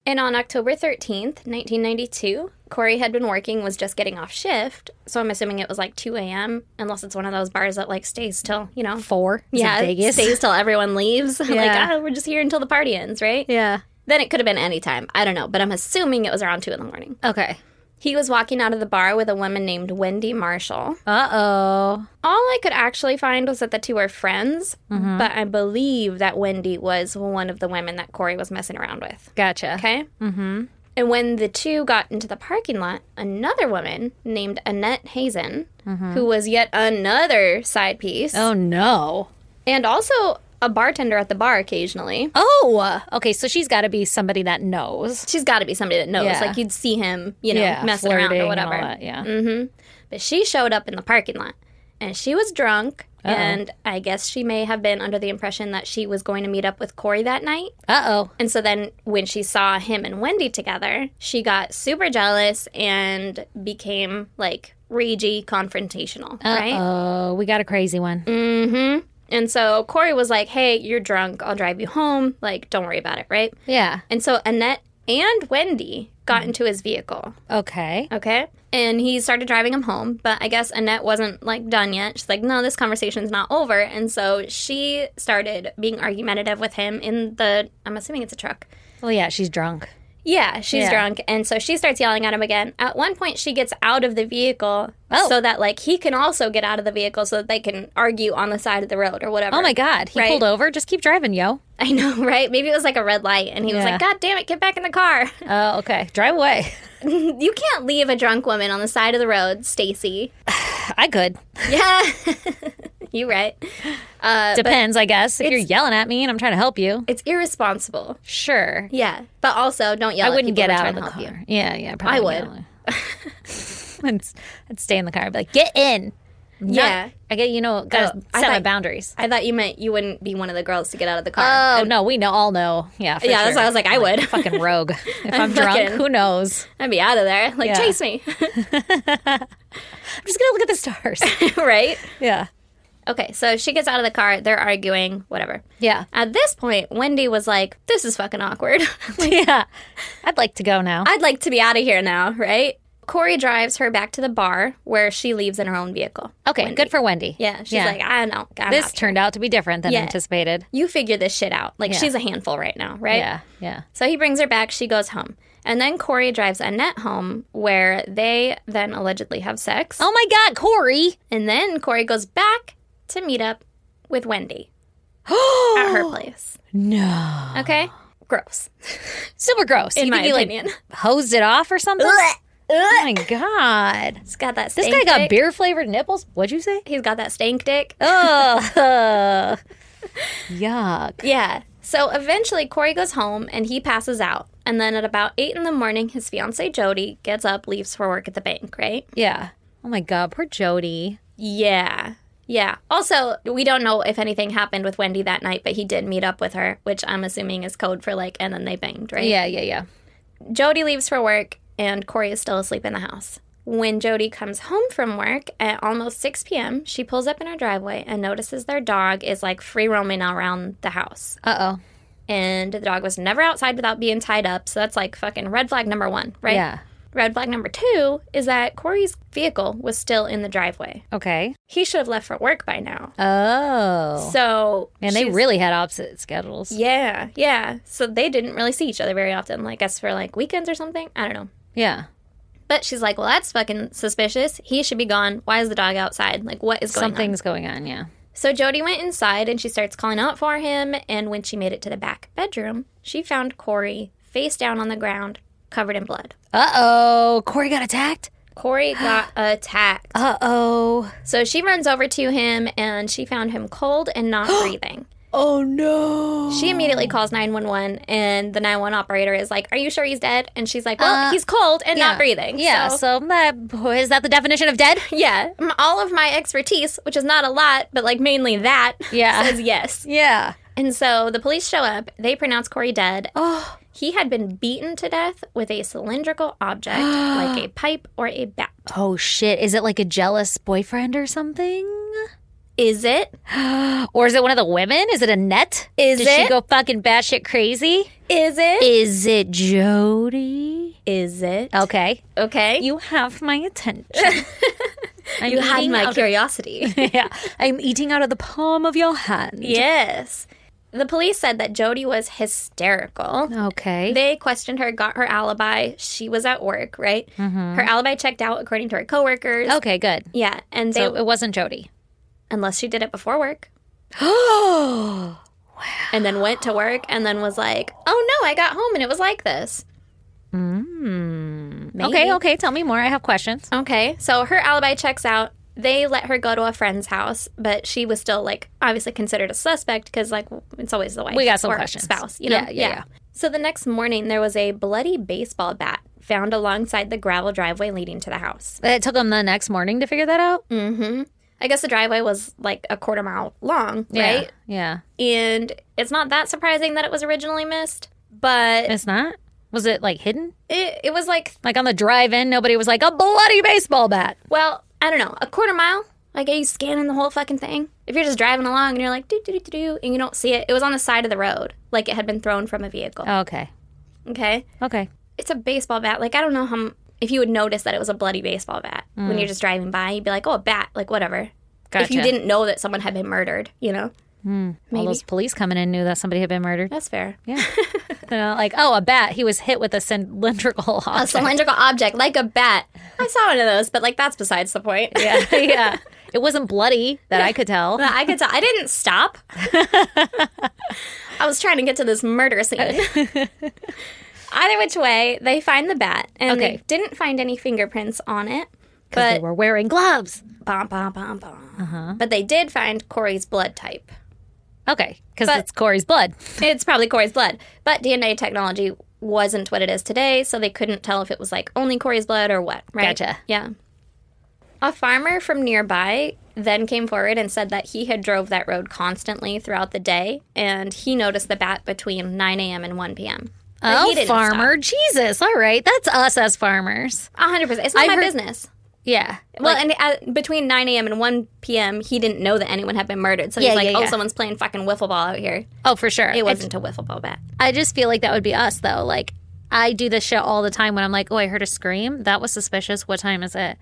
Speaker 2: And on October 13th, 1992, Corey had been working, was just getting off shift. So I'm assuming it was like 2 a.m., unless it's one of those bars that like stays till, you know,
Speaker 1: Four. Is it
Speaker 2: yeah,
Speaker 1: Vegas.
Speaker 2: stays till everyone leaves. like,
Speaker 1: Yeah.
Speaker 2: ah, we're just here until the party ends, right?
Speaker 1: yeah.
Speaker 2: Then it could have been any time. I don't know, but I'm assuming it was around 2 in the morning.
Speaker 1: Okay.
Speaker 2: He was walking out of the bar with a woman named Wendy Marshall.
Speaker 1: Uh oh.
Speaker 2: All I could actually find was that the two were friends,
Speaker 1: Mm-hmm.
Speaker 2: but I believe that Wendy was one of the women that Corey was messing around with.
Speaker 1: Gotcha.
Speaker 2: Okay. Mm-hmm. And when the two got into the parking lot, another woman named Annette Hazen, who was yet another side piece,
Speaker 1: Mm-hmm. Oh no.
Speaker 2: and also a bartender at the bar occasionally.
Speaker 1: Oh. Okay. So she's got to be somebody that knows.
Speaker 2: She's got to be somebody that knows.
Speaker 1: Yeah.
Speaker 2: Like you'd see him, you know, messing
Speaker 1: flirting
Speaker 2: around or
Speaker 1: and
Speaker 2: whatever. Mm.
Speaker 1: all that, yeah.
Speaker 2: But she showed up in the parking lot, and she was drunk. And I guess she may have been under the impression that she was going to meet up with Corey that night.
Speaker 1: Uh oh.
Speaker 2: And so then when she saw him and Wendy together, she got super jealous and became like ragey confrontational, right?
Speaker 1: Oh, we got a crazy one.
Speaker 2: Mm. And so Corey was like, "Hey, you're drunk. I'll drive you home. Like, don't worry about it, right?"
Speaker 1: Yeah.
Speaker 2: And so Annette and Wendy got into his vehicle,
Speaker 1: Okay.
Speaker 2: okay? And he started driving him home, but I guess Annette wasn't like done yet. She's like, "No, this conversation's not over." And so she started being argumentative with him in the I'm assuming it's a truck.
Speaker 1: Well, Oh, yeah, she's drunk.
Speaker 2: Yeah, she's
Speaker 1: Yeah.
Speaker 2: drunk. And so she starts yelling at him again. At one point, she gets out of the vehicle
Speaker 1: Oh.
Speaker 2: so that, like, he can also get out of the vehicle so that they can argue on the side of the road or whatever.
Speaker 1: Oh my God. He
Speaker 2: Right.
Speaker 1: pulled over. Just keep driving, yo.
Speaker 2: I know, right? Maybe it was like a red light. And he was
Speaker 1: Yeah.
Speaker 2: like, God damn it, get back in the car.
Speaker 1: Oh, okay. Drive away.
Speaker 2: you can't leave a drunk woman on the side of the road, Stacy.
Speaker 1: I could.
Speaker 2: Yeah. you right.
Speaker 1: Depends, I guess. If you're yelling at me and I'm trying to help you,
Speaker 2: It's irresponsible.
Speaker 1: sure.
Speaker 2: Yeah. But also, don't yell
Speaker 1: I wouldn't get out of the
Speaker 2: car.
Speaker 1: car. Yeah, yeah. Probably
Speaker 2: I
Speaker 1: wouldn't get out. I'd, I'd stay in the car. I'd be like, get in. Not-
Speaker 2: Yeah.
Speaker 1: I get, you know, gotta
Speaker 2: Oh,
Speaker 1: set
Speaker 2: I
Speaker 1: my
Speaker 2: thought-
Speaker 1: boundaries.
Speaker 2: I thought you meant you wouldn't be one of the girls to get out of the car.
Speaker 1: Oh, no, we know, all know. Yeah, for
Speaker 2: yeah,
Speaker 1: sure.
Speaker 2: that's why I was like, I would.
Speaker 1: fucking rogue. If I'm, drunk,
Speaker 2: fucking-
Speaker 1: who knows?
Speaker 2: I'd be out of there. Like,
Speaker 1: Yeah.
Speaker 2: chase me.
Speaker 1: I'm just gonna look at the stars.
Speaker 2: right?
Speaker 1: yeah.
Speaker 2: Okay, so she gets out of the car. They're arguing, whatever.
Speaker 1: Yeah.
Speaker 2: At this point, Wendy was like, This is fucking awkward.
Speaker 1: yeah. I'd like to go now.
Speaker 2: I'd like to be out of here now, right? Corey drives her back to the bar where she leaves in her own vehicle.
Speaker 1: okay, good for Wendy.
Speaker 2: Yeah, she's
Speaker 1: Yeah.
Speaker 2: like, I know. I'm
Speaker 1: This
Speaker 2: out.
Speaker 1: turned out to be different than
Speaker 2: Yeah.
Speaker 1: anticipated.
Speaker 2: You figure this shit out. Like,
Speaker 1: Yeah.
Speaker 2: she's a handful right now, right?
Speaker 1: Yeah. Yeah.
Speaker 2: So he brings her back. She goes home. And then Corey drives Annette home where they then allegedly have sex.
Speaker 1: Oh my God, Corey.
Speaker 2: And then Corey goes back to meet up with Wendy at
Speaker 1: Oh.
Speaker 2: her place.
Speaker 1: no.
Speaker 2: Okay? Gross.
Speaker 1: Super gross.
Speaker 2: In
Speaker 1: you
Speaker 2: my
Speaker 1: think he
Speaker 2: opinion.
Speaker 1: like hosed it off or something? Oh my God.
Speaker 2: He's got that
Speaker 1: This
Speaker 2: stank
Speaker 1: guy got
Speaker 2: dick.
Speaker 1: beer flavored nipples. What'd you say?
Speaker 2: He's got that stank dick.
Speaker 1: Oh. Yuck.
Speaker 2: Yeah. So eventually Corey goes home and he passes out. And then at about eight in the morning, his fiancee Jody gets up, leaves for work at the bank, right?
Speaker 1: Yeah. Oh my God, poor Jody.
Speaker 2: Yeah. Yeah. Also, we don't know if anything happened with Wendy that night, but he did meet up with her, which I'm assuming is code for like, and then they banged, right?
Speaker 1: Yeah, yeah, yeah.
Speaker 2: Jody leaves for work, and Corey is still asleep in the house. When Jody comes home from work at almost 6 p.m., she pulls up in her driveway and notices their dog is like free roaming around the house.
Speaker 1: Uh oh.
Speaker 2: And the dog was never outside without being tied up, so that's like fucking red flag number one, right?
Speaker 1: Yeah.
Speaker 2: Red flag number two is that Corey's vehicle was still in the driveway.
Speaker 1: Okay.
Speaker 2: He should have left for work by now.
Speaker 1: Oh.
Speaker 2: So
Speaker 1: Man, they
Speaker 2: she's-
Speaker 1: really had opposite schedules.
Speaker 2: yeah yeah. So they didn't really see each other very often. Like us for like weekends or something. I don't know.
Speaker 1: Yeah.
Speaker 2: But she's like, well, that's fucking suspicious. He should be gone. Why is the dog outside? Like, what is going on?
Speaker 1: Something's going on. Yeah.
Speaker 2: So Jody went inside and she starts calling out for him. And when she made it to the back bedroom, she found Corey face down on the ground, covered in blood.
Speaker 1: Uh oh. Corey got attacked.
Speaker 2: Corey got attacked.
Speaker 1: Uh oh.
Speaker 2: So she runs over to him and she found him cold and not breathing.
Speaker 1: Oh no.
Speaker 2: She immediately calls 911 and the 911 operator is like, Are you sure he's dead? And she's like, Well,
Speaker 1: Uh,
Speaker 2: he's cold and
Speaker 1: Yeah.
Speaker 2: not breathing.
Speaker 1: Yeah.
Speaker 2: So,
Speaker 1: So, that boy, is that the definition of dead?
Speaker 2: yeah. m- All of my expertise, which is not a lot, but like mainly that,
Speaker 1: Yeah.
Speaker 2: says yes.
Speaker 1: Yeah.
Speaker 2: And so the police show up. They pronounce Corey dead.
Speaker 1: Oh.
Speaker 2: He had been beaten to death with a cylindrical object like a pipe or a bat.
Speaker 1: Oh shit. Is it like a jealous boyfriend or something?
Speaker 2: Is it?
Speaker 1: Or is it one of the women? Is it a net?
Speaker 2: Is
Speaker 1: Did she
Speaker 2: it?
Speaker 1: go fucking batshit crazy?
Speaker 2: Is it?
Speaker 1: Is it Jody?
Speaker 2: Is it?
Speaker 1: Okay.
Speaker 2: Okay.
Speaker 1: You have my attention. I'm
Speaker 2: you had
Speaker 1: eating
Speaker 2: my
Speaker 1: out of-
Speaker 2: curiosity.
Speaker 1: yeah. I'm eating out of the palm of your hand.
Speaker 2: yes. The police said that Jody was hysterical.
Speaker 1: Okay.
Speaker 2: They questioned her, got her alibi. She was at work, right? Her alibi checked out according to her coworkers.
Speaker 1: okay, good.
Speaker 2: Yeah, and they
Speaker 1: So it wasn't Jody.
Speaker 2: unless she did it before work
Speaker 1: Oh.
Speaker 2: and then went to work and then was like, "Oh no, I got home and it was like this." Mm.
Speaker 1: Okay, okay, tell me more. I have questions.
Speaker 2: Okay, so her alibi checks out. They let her go to a friend's house, but she was still like obviously considered a suspect because like it's always the wife.
Speaker 1: We got some
Speaker 2: or
Speaker 1: questions.
Speaker 2: Spouse, you know?
Speaker 1: Yeah, yeah, yeah.
Speaker 2: So the next morning, there was a bloody baseball bat found alongside the gravel driveway leading to the house. Mm-hmm.
Speaker 1: It took them the next morning to figure that out?
Speaker 2: I guess the driveway was like a quarter mile long, right?
Speaker 1: Yeah.
Speaker 2: And it's not that surprising that it was originally missed, but
Speaker 1: It's not? Was it like hidden?
Speaker 2: it, it was like
Speaker 1: Like on the drive in, nobody was like, a bloody baseball bat.
Speaker 2: Well, I don't know. A quarter mile? Like, are you scanning the whole fucking thing? If you're just driving along and you're like, doo doo doo doo doo, and you don't see it, it was on the side of the road. Like, it had been thrown from a vehicle.
Speaker 1: Okay. Oh.
Speaker 2: Okay?
Speaker 1: Okay.
Speaker 2: It's a baseball bat. Like, I don't know how, m- if you would notice that it was a bloody baseball bat when you're just driving by. You'd be like, oh, a bat. Like, whatever. If you
Speaker 1: Mm. Gotcha.
Speaker 2: didn't know that someone had been murdered, you know?
Speaker 1: All those police coming in knew that somebody had been murdered.
Speaker 2: That's fair.
Speaker 1: Yeah. They're not like, oh, a bat. He was hit with a cylindrical
Speaker 2: A
Speaker 1: object.
Speaker 2: cylindrical object, like a bat. I saw one of those, but like, that's besides the point.
Speaker 1: yeah. yeah. It wasn't bloody that I could tell.
Speaker 2: I could tell. I didn't stop. I was trying to get to this murder scene. Either which way, they find the bat, and
Speaker 1: Okay.
Speaker 2: they didn't find any fingerprints on it.
Speaker 1: Because they
Speaker 2: But
Speaker 1: were Uh-huh. wearing gloves.
Speaker 2: bum, bum, bum, bum. But they did find Corey's blood type.
Speaker 1: Okay. Because
Speaker 2: But-
Speaker 1: it's Corey's blood.
Speaker 2: It's probably Corey's blood, but DNA technology wasn't what it is today, so they couldn't tell if it was like only Corey's blood or what. Right?
Speaker 1: Gotcha.
Speaker 2: Yeah. A farmer from nearby then came forward and said that he had drove that road constantly throughout the day, and he noticed the bat between 9 a.m. and 1 p.m. But he
Speaker 1: Oh,
Speaker 2: didn't
Speaker 1: farmer. Jesus. All right. That's us as farmers.
Speaker 2: stop. 100%. It's not
Speaker 1: I
Speaker 2: my
Speaker 1: heard-
Speaker 2: business.
Speaker 1: Yeah.
Speaker 2: Well, and at, between 9 a.m. and 1 p.m., he didn't know that anyone had been murdered. So
Speaker 1: Yeah,
Speaker 2: he's like,
Speaker 1: yeah,
Speaker 2: oh,
Speaker 1: yeah.
Speaker 2: someone's playing fucking wiffle ball out here.
Speaker 1: Oh, for sure.
Speaker 2: It wasn't a wiffle ball bat.
Speaker 1: I just feel like that would be us, though. Like, I do this shit all the time when I'm like, oh, I heard a scream. That was suspicious. What time is it?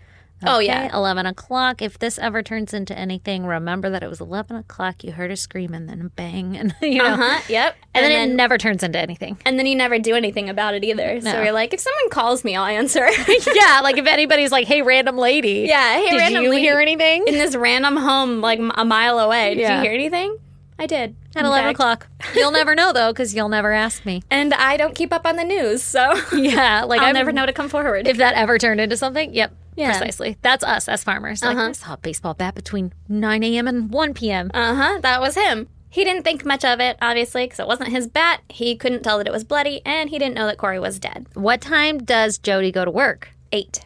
Speaker 2: Oh,
Speaker 1: Okay,
Speaker 2: yeah.
Speaker 1: 11 o'clock. If this ever turns into anything, remember that it was 11 o'clock. You heard a scream and then bang. And, you know,
Speaker 2: Uh huh. Yep.
Speaker 1: and, then, it never turns into anything.
Speaker 2: And then you never do anything about it either. So
Speaker 1: No.
Speaker 2: you're like, if someone calls me, I'll answer.
Speaker 1: yeah. Like, if anybody's like, hey, random lady.
Speaker 2: yeah. Hey,
Speaker 1: Did
Speaker 2: random
Speaker 1: you
Speaker 2: lady
Speaker 1: hear anything?
Speaker 2: in this random home, like m- a mile away. Did
Speaker 1: Yeah.
Speaker 2: you hear anything? I did.
Speaker 1: At
Speaker 2: in
Speaker 1: 11
Speaker 2: fact.
Speaker 1: o'clock. You'll never know, though, because you'll never ask me.
Speaker 2: And I don't keep up on the news, so
Speaker 1: Yeah. Like,
Speaker 2: I'll
Speaker 1: I'm-
Speaker 2: never know to come forward.
Speaker 1: If that ever turned into something, yep.
Speaker 2: Yeah.
Speaker 1: Precisely. That's us as farmers. Like, I saw a baseball bat between 9 a.m. and 1 p.m.
Speaker 2: uh huh. That was him. He didn't think much of it, obviously, because it wasn't his bat. He couldn't tell that it was bloody, and he didn't know that Corey was dead.
Speaker 1: What time does Jody go to work?
Speaker 2: Eight.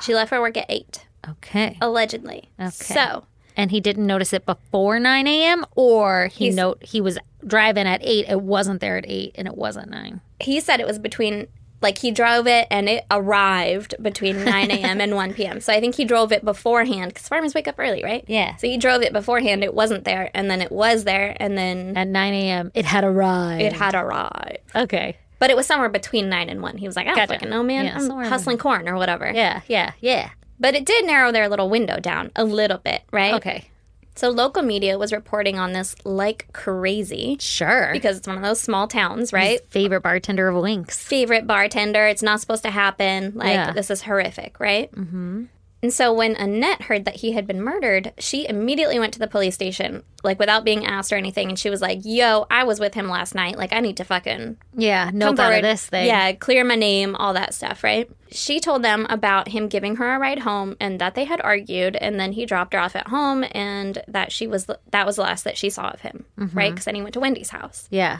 Speaker 2: she left for work at eight,
Speaker 1: Okay.
Speaker 2: allegedly. Okay. So
Speaker 1: Oh, And he didn't notice it before 9 a.m. or he note he was driving at 8. It wasn't there at 8 and it wasn't 9.
Speaker 2: he said it was between like he drove it and it arrived between 9 a.m. and 1 p.m. So I think he drove it beforehand because farmers wake up early, right?
Speaker 1: Yeah.
Speaker 2: So he drove it beforehand. It wasn't there, and then it was there, and then
Speaker 1: At 9 a.m. it had arrived.
Speaker 2: it had arrived.
Speaker 1: okay.
Speaker 2: But it was somewhere between nine and one. He was like, I don't
Speaker 1: Gotcha.
Speaker 2: fucking know, man.
Speaker 1: Yeah,
Speaker 2: I'm
Speaker 1: somewhere in
Speaker 2: hustling corn or whatever.
Speaker 1: Yeah, yeah, yeah.
Speaker 2: But it did narrow their little window down a little bit, right?
Speaker 1: Okay,
Speaker 2: So local media was reporting on this like crazy
Speaker 1: sure.
Speaker 2: because it's one of those small towns, right?
Speaker 1: favorite bartender of Winks.
Speaker 2: Favorite bartender. It's not supposed to happen. Like,
Speaker 1: Yeah.
Speaker 2: this is horrific, right? Mm-hmm. And so when Annette heard that he had been murdered, she immediately went to the police station, like without being asked or anything. And she was like, yo, I was with him last night. Like, I need to fucking
Speaker 1: Yeah, no
Speaker 2: come
Speaker 1: part of
Speaker 2: forward.
Speaker 1: this thing.
Speaker 2: Yeah, clear my name, all that stuff, right? She told them about him giving her a ride home and that they had argued and then he dropped her off at home and that she was that was the last that she saw of him,
Speaker 1: Mm-hmm.
Speaker 2: right? Cuz then he went to Wendy's house.
Speaker 1: yeah.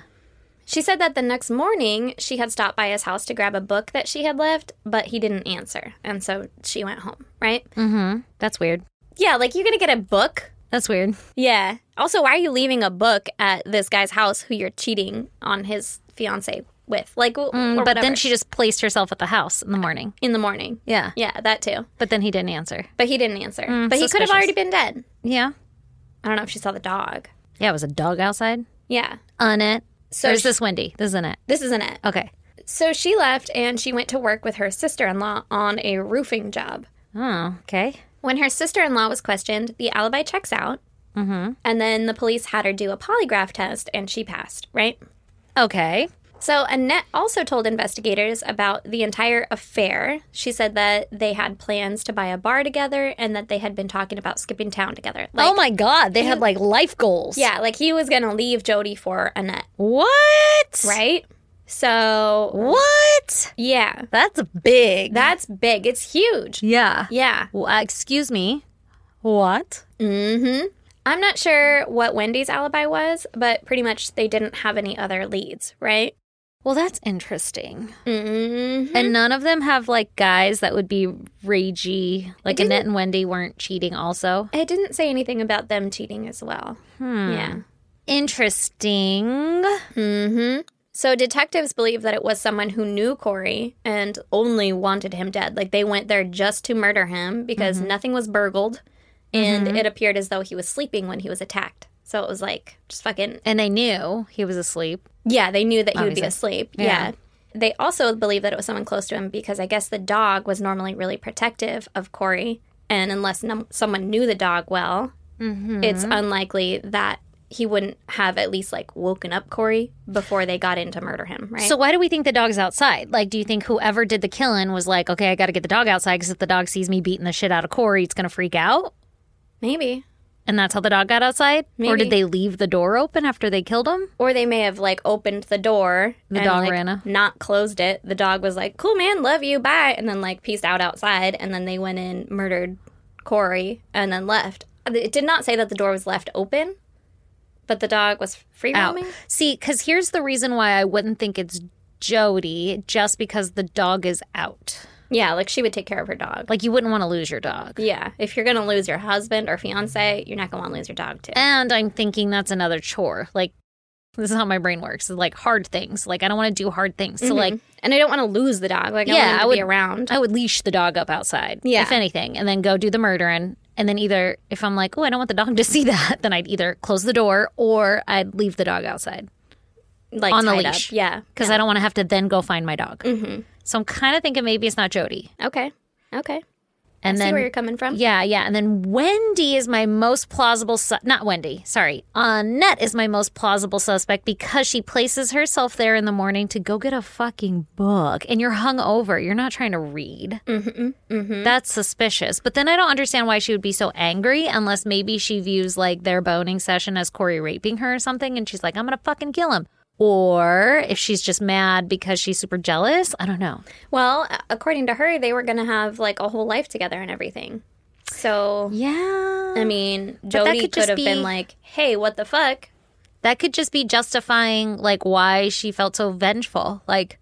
Speaker 2: She said that the next morning she had stopped by his house to grab a book that she had left, but he didn't answer. And so she went home, right?
Speaker 1: Mm-hmm. That's weird.
Speaker 2: Yeah, like you're going to get a book?
Speaker 1: That's weird.
Speaker 2: Yeah. Also, why are you leaving a book at this guy's house who you're cheating on his fiance with? Like, w-
Speaker 1: Mm, but
Speaker 2: or
Speaker 1: then
Speaker 2: whatever.
Speaker 1: she just placed herself at the house in the morning.
Speaker 2: in the morning.
Speaker 1: Yeah,
Speaker 2: Yeah, that too.
Speaker 1: but then he didn't answer.
Speaker 2: But he didn't answer. but he could have
Speaker 1: suspicious.
Speaker 2: already been dead.
Speaker 1: Yeah,
Speaker 2: I don't know if she saw the dog.
Speaker 1: yeah. It was a dog outside.
Speaker 2: Yeah.
Speaker 1: On it.
Speaker 2: So
Speaker 1: So is
Speaker 2: she-
Speaker 1: this Wendy? This isn't it.
Speaker 2: This isn't it.
Speaker 1: Okay.
Speaker 2: So she left and she went to work with her sister in law on a roofing job.
Speaker 1: Oh, okay.
Speaker 2: When her sister in law was questioned, the alibi checks out. Mm-hmm. And then the police had her do a polygraph test and she passed, right?
Speaker 1: Okay.
Speaker 2: So Annette also told investigators about the entire affair. She said that they had plans to buy a bar together and that they had been talking about skipping town together. Like,
Speaker 1: oh my God, they had like life goals.
Speaker 2: yeah, like he was going to leave Jody for Annette.
Speaker 1: What?
Speaker 2: right? So,
Speaker 1: What?
Speaker 2: yeah,
Speaker 1: That's big.
Speaker 2: that's big. It's huge.
Speaker 1: yeah.
Speaker 2: Yeah.
Speaker 1: Well, uh, excuse me. What?
Speaker 2: Mm-hmm. I'm not sure what Wendy's alibi was, but pretty much they didn't have any other leads, right?
Speaker 1: Well, that's interesting.
Speaker 2: Mm-hmm.
Speaker 1: And none of them have like guys that would be ragey. Like Annette and Wendy weren't cheating, also.
Speaker 2: It didn't say anything about them cheating as well. Yeah.
Speaker 1: Interesting.
Speaker 2: Mm-hmm. So detectives believe that it was someone who knew Corey and only wanted him dead. Like they went there just to murder him because nothing was burgled, and it appeared as though he was sleeping when he was attacked. So it was like just fucking
Speaker 1: And they knew he was asleep.
Speaker 2: Yeah, they knew that he would
Speaker 1: Obviously.
Speaker 2: be asleep. Yeah.
Speaker 1: Yeah.
Speaker 2: They also believe that it was someone close to him because I guess the dog was normally really protective of Corey. And unless num- someone knew the dog well,
Speaker 1: Mm-hmm.
Speaker 2: it's unlikely that he wouldn't have at least like woken up Corey before they got in to murder him, right?
Speaker 1: So why do we think the dog's outside? Like, do you think whoever did the killing was like, okay, I got to get the dog outside because if the dog sees me beating the shit out of Corey, it's gonna freak out,
Speaker 2: maybe.
Speaker 1: and that's how the dog got outside? Or
Speaker 2: Maybe.
Speaker 1: did they leave the door open after they killed him?
Speaker 2: Or they may have like opened the door.
Speaker 1: The
Speaker 2: and,
Speaker 1: dog
Speaker 2: like,
Speaker 1: ran off.
Speaker 2: Not closed it. The dog was like, cool, man, love you, bye. And then like peaced out outside. And then they went in, murdered Corey, and then left. It did not say that the door was left open, but the dog was free
Speaker 1: out.
Speaker 2: roaming.
Speaker 1: See, because here's the reason why I wouldn't think it's Jody, just because the dog is out.
Speaker 2: Yeah, like she would take care of her dog.
Speaker 1: Like, you wouldn't want to lose your dog.
Speaker 2: Yeah, if you're going to lose your husband or fiance, you're not going to want to lose your dog too.
Speaker 1: And I'm thinking that's another chore. Like, this is how my brain works. It's like hard things. Like, I don't want to do hard things. So, like,
Speaker 2: And I don't want to lose the dog. Like, I
Speaker 1: Yeah,
Speaker 2: want him to
Speaker 1: I would-
Speaker 2: be around.
Speaker 1: I would leash the dog up outside,
Speaker 2: Yeah.
Speaker 1: if anything, and then go do the murdering. And then either, if I'm like, oh, I don't want the dog to see that, then I'd either close the door or I'd leave the dog outside
Speaker 2: Like,
Speaker 1: on the
Speaker 2: tied
Speaker 1: leash.
Speaker 2: Up. Yeah. Mm-hmm.
Speaker 1: because I don't want to have to then go find my dog. So I'm kind of thinking maybe it's not Jody.
Speaker 2: Okay. Okay.
Speaker 1: And
Speaker 2: See
Speaker 1: then
Speaker 2: where you're coming from?
Speaker 1: Yeah, yeah. And then Wendy is my most plausible su- not Wendy, sorry. Annette is my most plausible suspect because she places herself there in the morning to go get a fucking book and you're hungover. You're not trying to read. Mm-hmm, That's suspicious. But then I don't understand why she would be so angry unless maybe she views like their boning session as Corey raping her or something and she's like, I'm gonna fucking kill him. Or if she's just mad because she's super jealous. I don't know.
Speaker 2: Well, a- according to her, they were going to have like a whole life together and everything. So,
Speaker 1: Yeah.
Speaker 2: I mean,
Speaker 1: that could
Speaker 2: Jody could,
Speaker 1: just
Speaker 2: have
Speaker 1: be-
Speaker 2: been like, hey, what the fuck?
Speaker 1: that could just be justifying like why she felt so vengeful like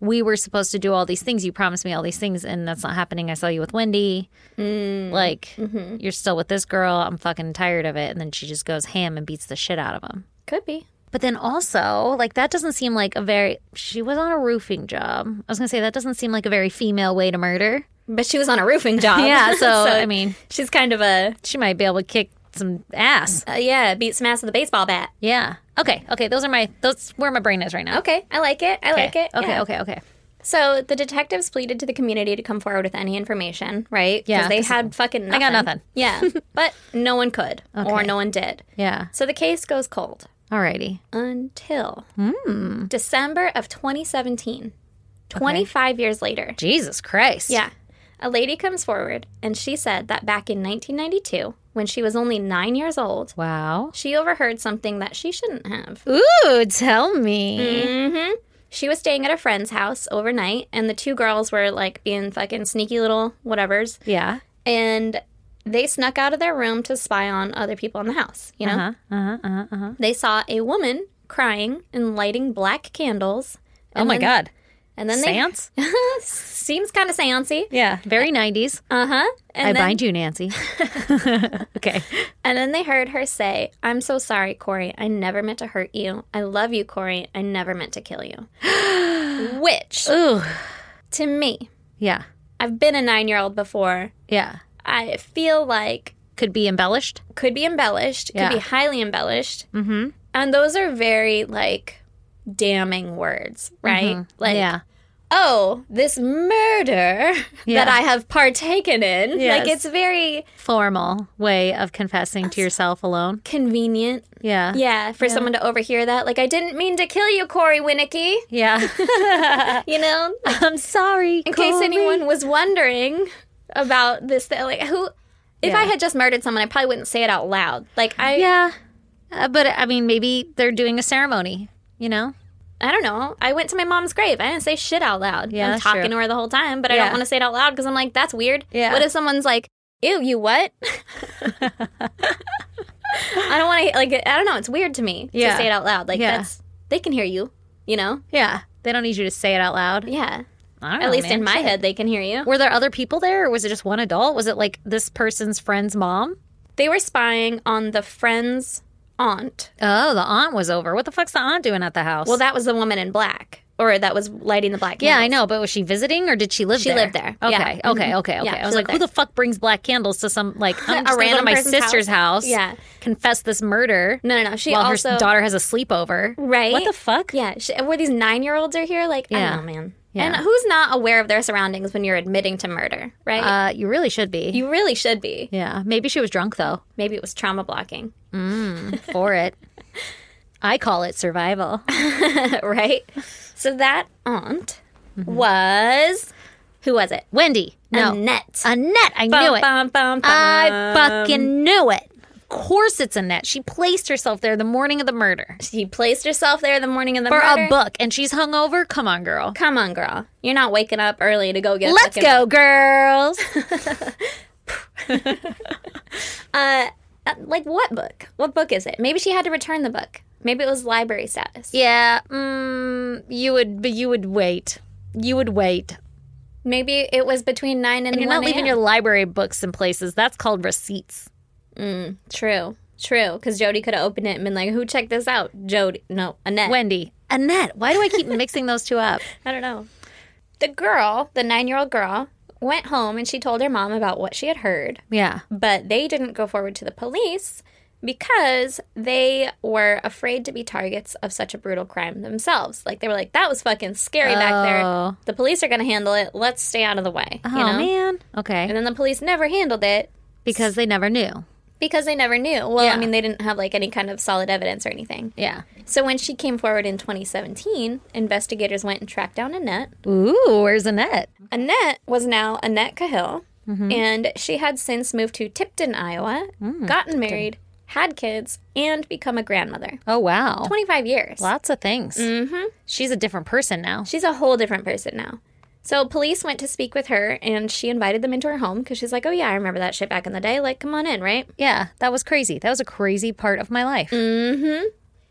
Speaker 1: we were supposed to do all these things you promised me all these things and that's not happening i saw you with wendy like you're still with this girl i'm fucking tired of it and then she just goes ham and beats the shit out of him
Speaker 2: Could be.
Speaker 1: but then also like that doesn't seem like a very she was on a roofing job i was gonna say that doesn't seem like a very female way to murder
Speaker 2: But she was on a roofing job.
Speaker 1: yeah so i mean
Speaker 2: she's kind of a.
Speaker 1: she might be able to kick some ass.
Speaker 2: Uh, yeah, beat some ass with a baseball bat.
Speaker 1: Yeah. Okay. Okay. Those are my. Those where my brain is right now.
Speaker 2: Okay, I like it. I like it.
Speaker 1: Okay.
Speaker 2: yeah.
Speaker 1: Okay. Okay.
Speaker 2: So the detectives pleaded to the community to come forward with any information, right? 'Cause
Speaker 1: Yeah,
Speaker 2: they
Speaker 1: 'cause
Speaker 2: had fucking. Nothing.
Speaker 1: I got nothing.
Speaker 2: Yeah, but no one could, or
Speaker 1: Okay.
Speaker 2: no one did.
Speaker 1: Yeah.
Speaker 2: So the case goes cold
Speaker 1: Alrighty.
Speaker 2: until December of 2017, 25 years later.
Speaker 1: Jesus Christ.
Speaker 2: Yeah. A lady comes forward and she said that back in 1992, when she was only nine years old,
Speaker 1: Wow.
Speaker 2: she overheard something that she shouldn't have.
Speaker 1: Ooh, tell me.
Speaker 2: She was staying at a friend's house overnight, and the two girls were like being fucking sneaky little whatevers.
Speaker 1: Yeah.
Speaker 2: And they snuck out of their room to spy on other people in the house. You know,
Speaker 1: Uh huh. Uh huh. Uh huh.
Speaker 2: they saw a woman crying and lighting black candles.
Speaker 1: Oh my
Speaker 2: then-
Speaker 1: God.
Speaker 2: And then
Speaker 1: Seance.
Speaker 2: they seems kind of seancey.
Speaker 1: Yeah. Very nineties.
Speaker 2: Uh huh.
Speaker 1: I
Speaker 2: And then,
Speaker 1: bind you, Nancy. okay.
Speaker 2: And then they heard her say, I'm so sorry, Corey. I never meant to hurt you. I love you, Corey. I never meant to kill you. Which,
Speaker 1: Ooh.
Speaker 2: to me,
Speaker 1: Yeah.
Speaker 2: I've been a nine year old before.
Speaker 1: Yeah.
Speaker 2: I feel like
Speaker 1: Could be embellished.
Speaker 2: could be embellished,
Speaker 1: Yeah.
Speaker 2: could be highly embellished.
Speaker 1: Mm-hmm.
Speaker 2: And those are very, like, damning words, right?
Speaker 1: Mm-hmm.
Speaker 2: Like,
Speaker 1: yeah.
Speaker 2: oh, this murder
Speaker 1: Yeah.
Speaker 2: that I have partaken in.
Speaker 1: Yes.
Speaker 2: Like, it's very
Speaker 1: Formal way of confessing to yourself alone.
Speaker 2: convenient.
Speaker 1: Yeah.
Speaker 2: Yeah, for someone to overhear that. Like, I didn't mean to kill you, Corey Winicky.
Speaker 1: Yeah.
Speaker 2: You know,
Speaker 1: I'm sorry.
Speaker 2: in case anyone was wondering about this thing, like who if
Speaker 1: Yeah.
Speaker 2: i had just murdered someone i probably wouldn't say it out loud like i
Speaker 1: Yeah. Uh, but I mean, maybe they're doing a ceremony, you know?
Speaker 2: i don't know i went to my mom's grave i didn't say shit out loud
Speaker 1: Yeah,
Speaker 2: i'm
Speaker 1: that's
Speaker 2: talking
Speaker 1: true.
Speaker 2: to her the whole time but i
Speaker 1: Yeah.
Speaker 2: don't want to say it out loud because i'm like that's weird
Speaker 1: Yeah.
Speaker 2: what if someone's like ew you what i don't want to like i don't know it's weird to me
Speaker 1: Yeah.
Speaker 2: to say it out loud like
Speaker 1: Yeah.
Speaker 2: that's they can hear you you know
Speaker 1: Yeah. They don't need you to say it out loud.
Speaker 2: yeah
Speaker 1: I don't
Speaker 2: at
Speaker 1: know,
Speaker 2: least
Speaker 1: Oh, man.
Speaker 2: in my
Speaker 1: Shit.
Speaker 2: head they can hear you
Speaker 1: Were there other people there or was it just one adult? Was it like this person's friend's mom?
Speaker 2: they were spying on the friend's aunt
Speaker 1: Oh, the aunt was over. What the fuck's the aunt doing at the house?
Speaker 2: Well, that was the woman in black, or that was lighting the black.
Speaker 1: yeah, I
Speaker 2: candles.
Speaker 1: know, but was she visiting or did she live
Speaker 2: She
Speaker 1: there? Mm-hmm.
Speaker 2: lived there.
Speaker 1: Okay, okay,
Speaker 2: Yeah.
Speaker 1: okay, okay.
Speaker 2: Yeah,
Speaker 1: I
Speaker 2: she
Speaker 1: was like,
Speaker 2: lived
Speaker 1: who
Speaker 2: there.
Speaker 1: the fuck brings black candles to some, like, I'm
Speaker 2: A
Speaker 1: just going to
Speaker 2: random
Speaker 1: my
Speaker 2: person's
Speaker 1: sister's house.
Speaker 2: Yeah.
Speaker 1: Confess this murder.
Speaker 2: No, no, no. She
Speaker 1: while
Speaker 2: also
Speaker 1: her daughter has a sleepover.
Speaker 2: right.
Speaker 1: What the fuck?
Speaker 2: Yeah, she, where these nine-year-olds are here, like I
Speaker 1: Yeah.
Speaker 2: don't know, man.
Speaker 1: Yeah.
Speaker 2: And who's not aware of their surroundings when you're admitting to murder, right?
Speaker 1: Uh, you really should be.
Speaker 2: you really should be.
Speaker 1: yeah. Maybe she was drunk, though,
Speaker 2: Maybe it was trauma blocking,
Speaker 1: for it. I call it survival.
Speaker 2: right? So that aunt was who was it?
Speaker 1: Wendy. Mm-hmm. No.
Speaker 2: Annette.
Speaker 1: Annette. I knew it.
Speaker 2: Bum, bum, bum,
Speaker 1: I
Speaker 2: bum.
Speaker 1: fucking knew it. Of course it's Annette. She placed herself there the morning of the murder
Speaker 2: She placed herself there the morning of the
Speaker 1: for
Speaker 2: murder.
Speaker 1: a book, and she's hungover. Come on, girl.
Speaker 2: Come on, girl. You're not waking up early to go get. a
Speaker 1: Let's
Speaker 2: fucking
Speaker 1: go, girls.
Speaker 2: uh, uh, like what book? What book is it? Maybe she had to return the book. Maybe it was library status.
Speaker 1: yeah. Mm, you would, but you would wait. You would wait.
Speaker 2: Maybe it was between nine and,
Speaker 1: And you're
Speaker 2: 1
Speaker 1: not leaving your
Speaker 2: a.m..
Speaker 1: library books in places. That's called receipts.
Speaker 2: true, true. Because Jody could have opened it and been like, "Who checked this out?" Jody, no, Annette.
Speaker 1: Wendy. Annette. Why do I keep mixing those two up?
Speaker 2: I don't know. The girl, the nine-year-old girl, went home and she told her mom about what she had heard,
Speaker 1: Yeah.
Speaker 2: but they didn't go forward to the police because they were afraid to be targets of such a brutal crime themselves. Like they were like, "That was fucking scary back
Speaker 1: Oh.
Speaker 2: there. The police are going to handle it. Let's stay out of the way."
Speaker 1: Oh
Speaker 2: you know?
Speaker 1: man. Okay.
Speaker 2: And then the police never handled it
Speaker 1: Because they never knew.
Speaker 2: because they never knew. Well,
Speaker 1: Yeah.
Speaker 2: I mean, they didn't have like any kind of solid evidence or anything.
Speaker 1: Yeah.
Speaker 2: So when she came forward in 2017, investigators went and tracked down Annette.
Speaker 1: Ooh, where's Annette?
Speaker 2: Annette was now Annette Cahill, and she had since moved to Tipton, Iowa, gotten married, had kids, and become a grandmother.
Speaker 1: Oh wow.
Speaker 2: 25 years.
Speaker 1: Lots of things. Mm-hmm. She's a different person now.
Speaker 2: She's a whole different person now. So police went to speak with her, and she invited them into her home because she's like, "Oh yeah, I remember that shit back in the day. Like, come on in, right?"
Speaker 1: Yeah, that was crazy. That was a crazy part of my life.
Speaker 2: Mm.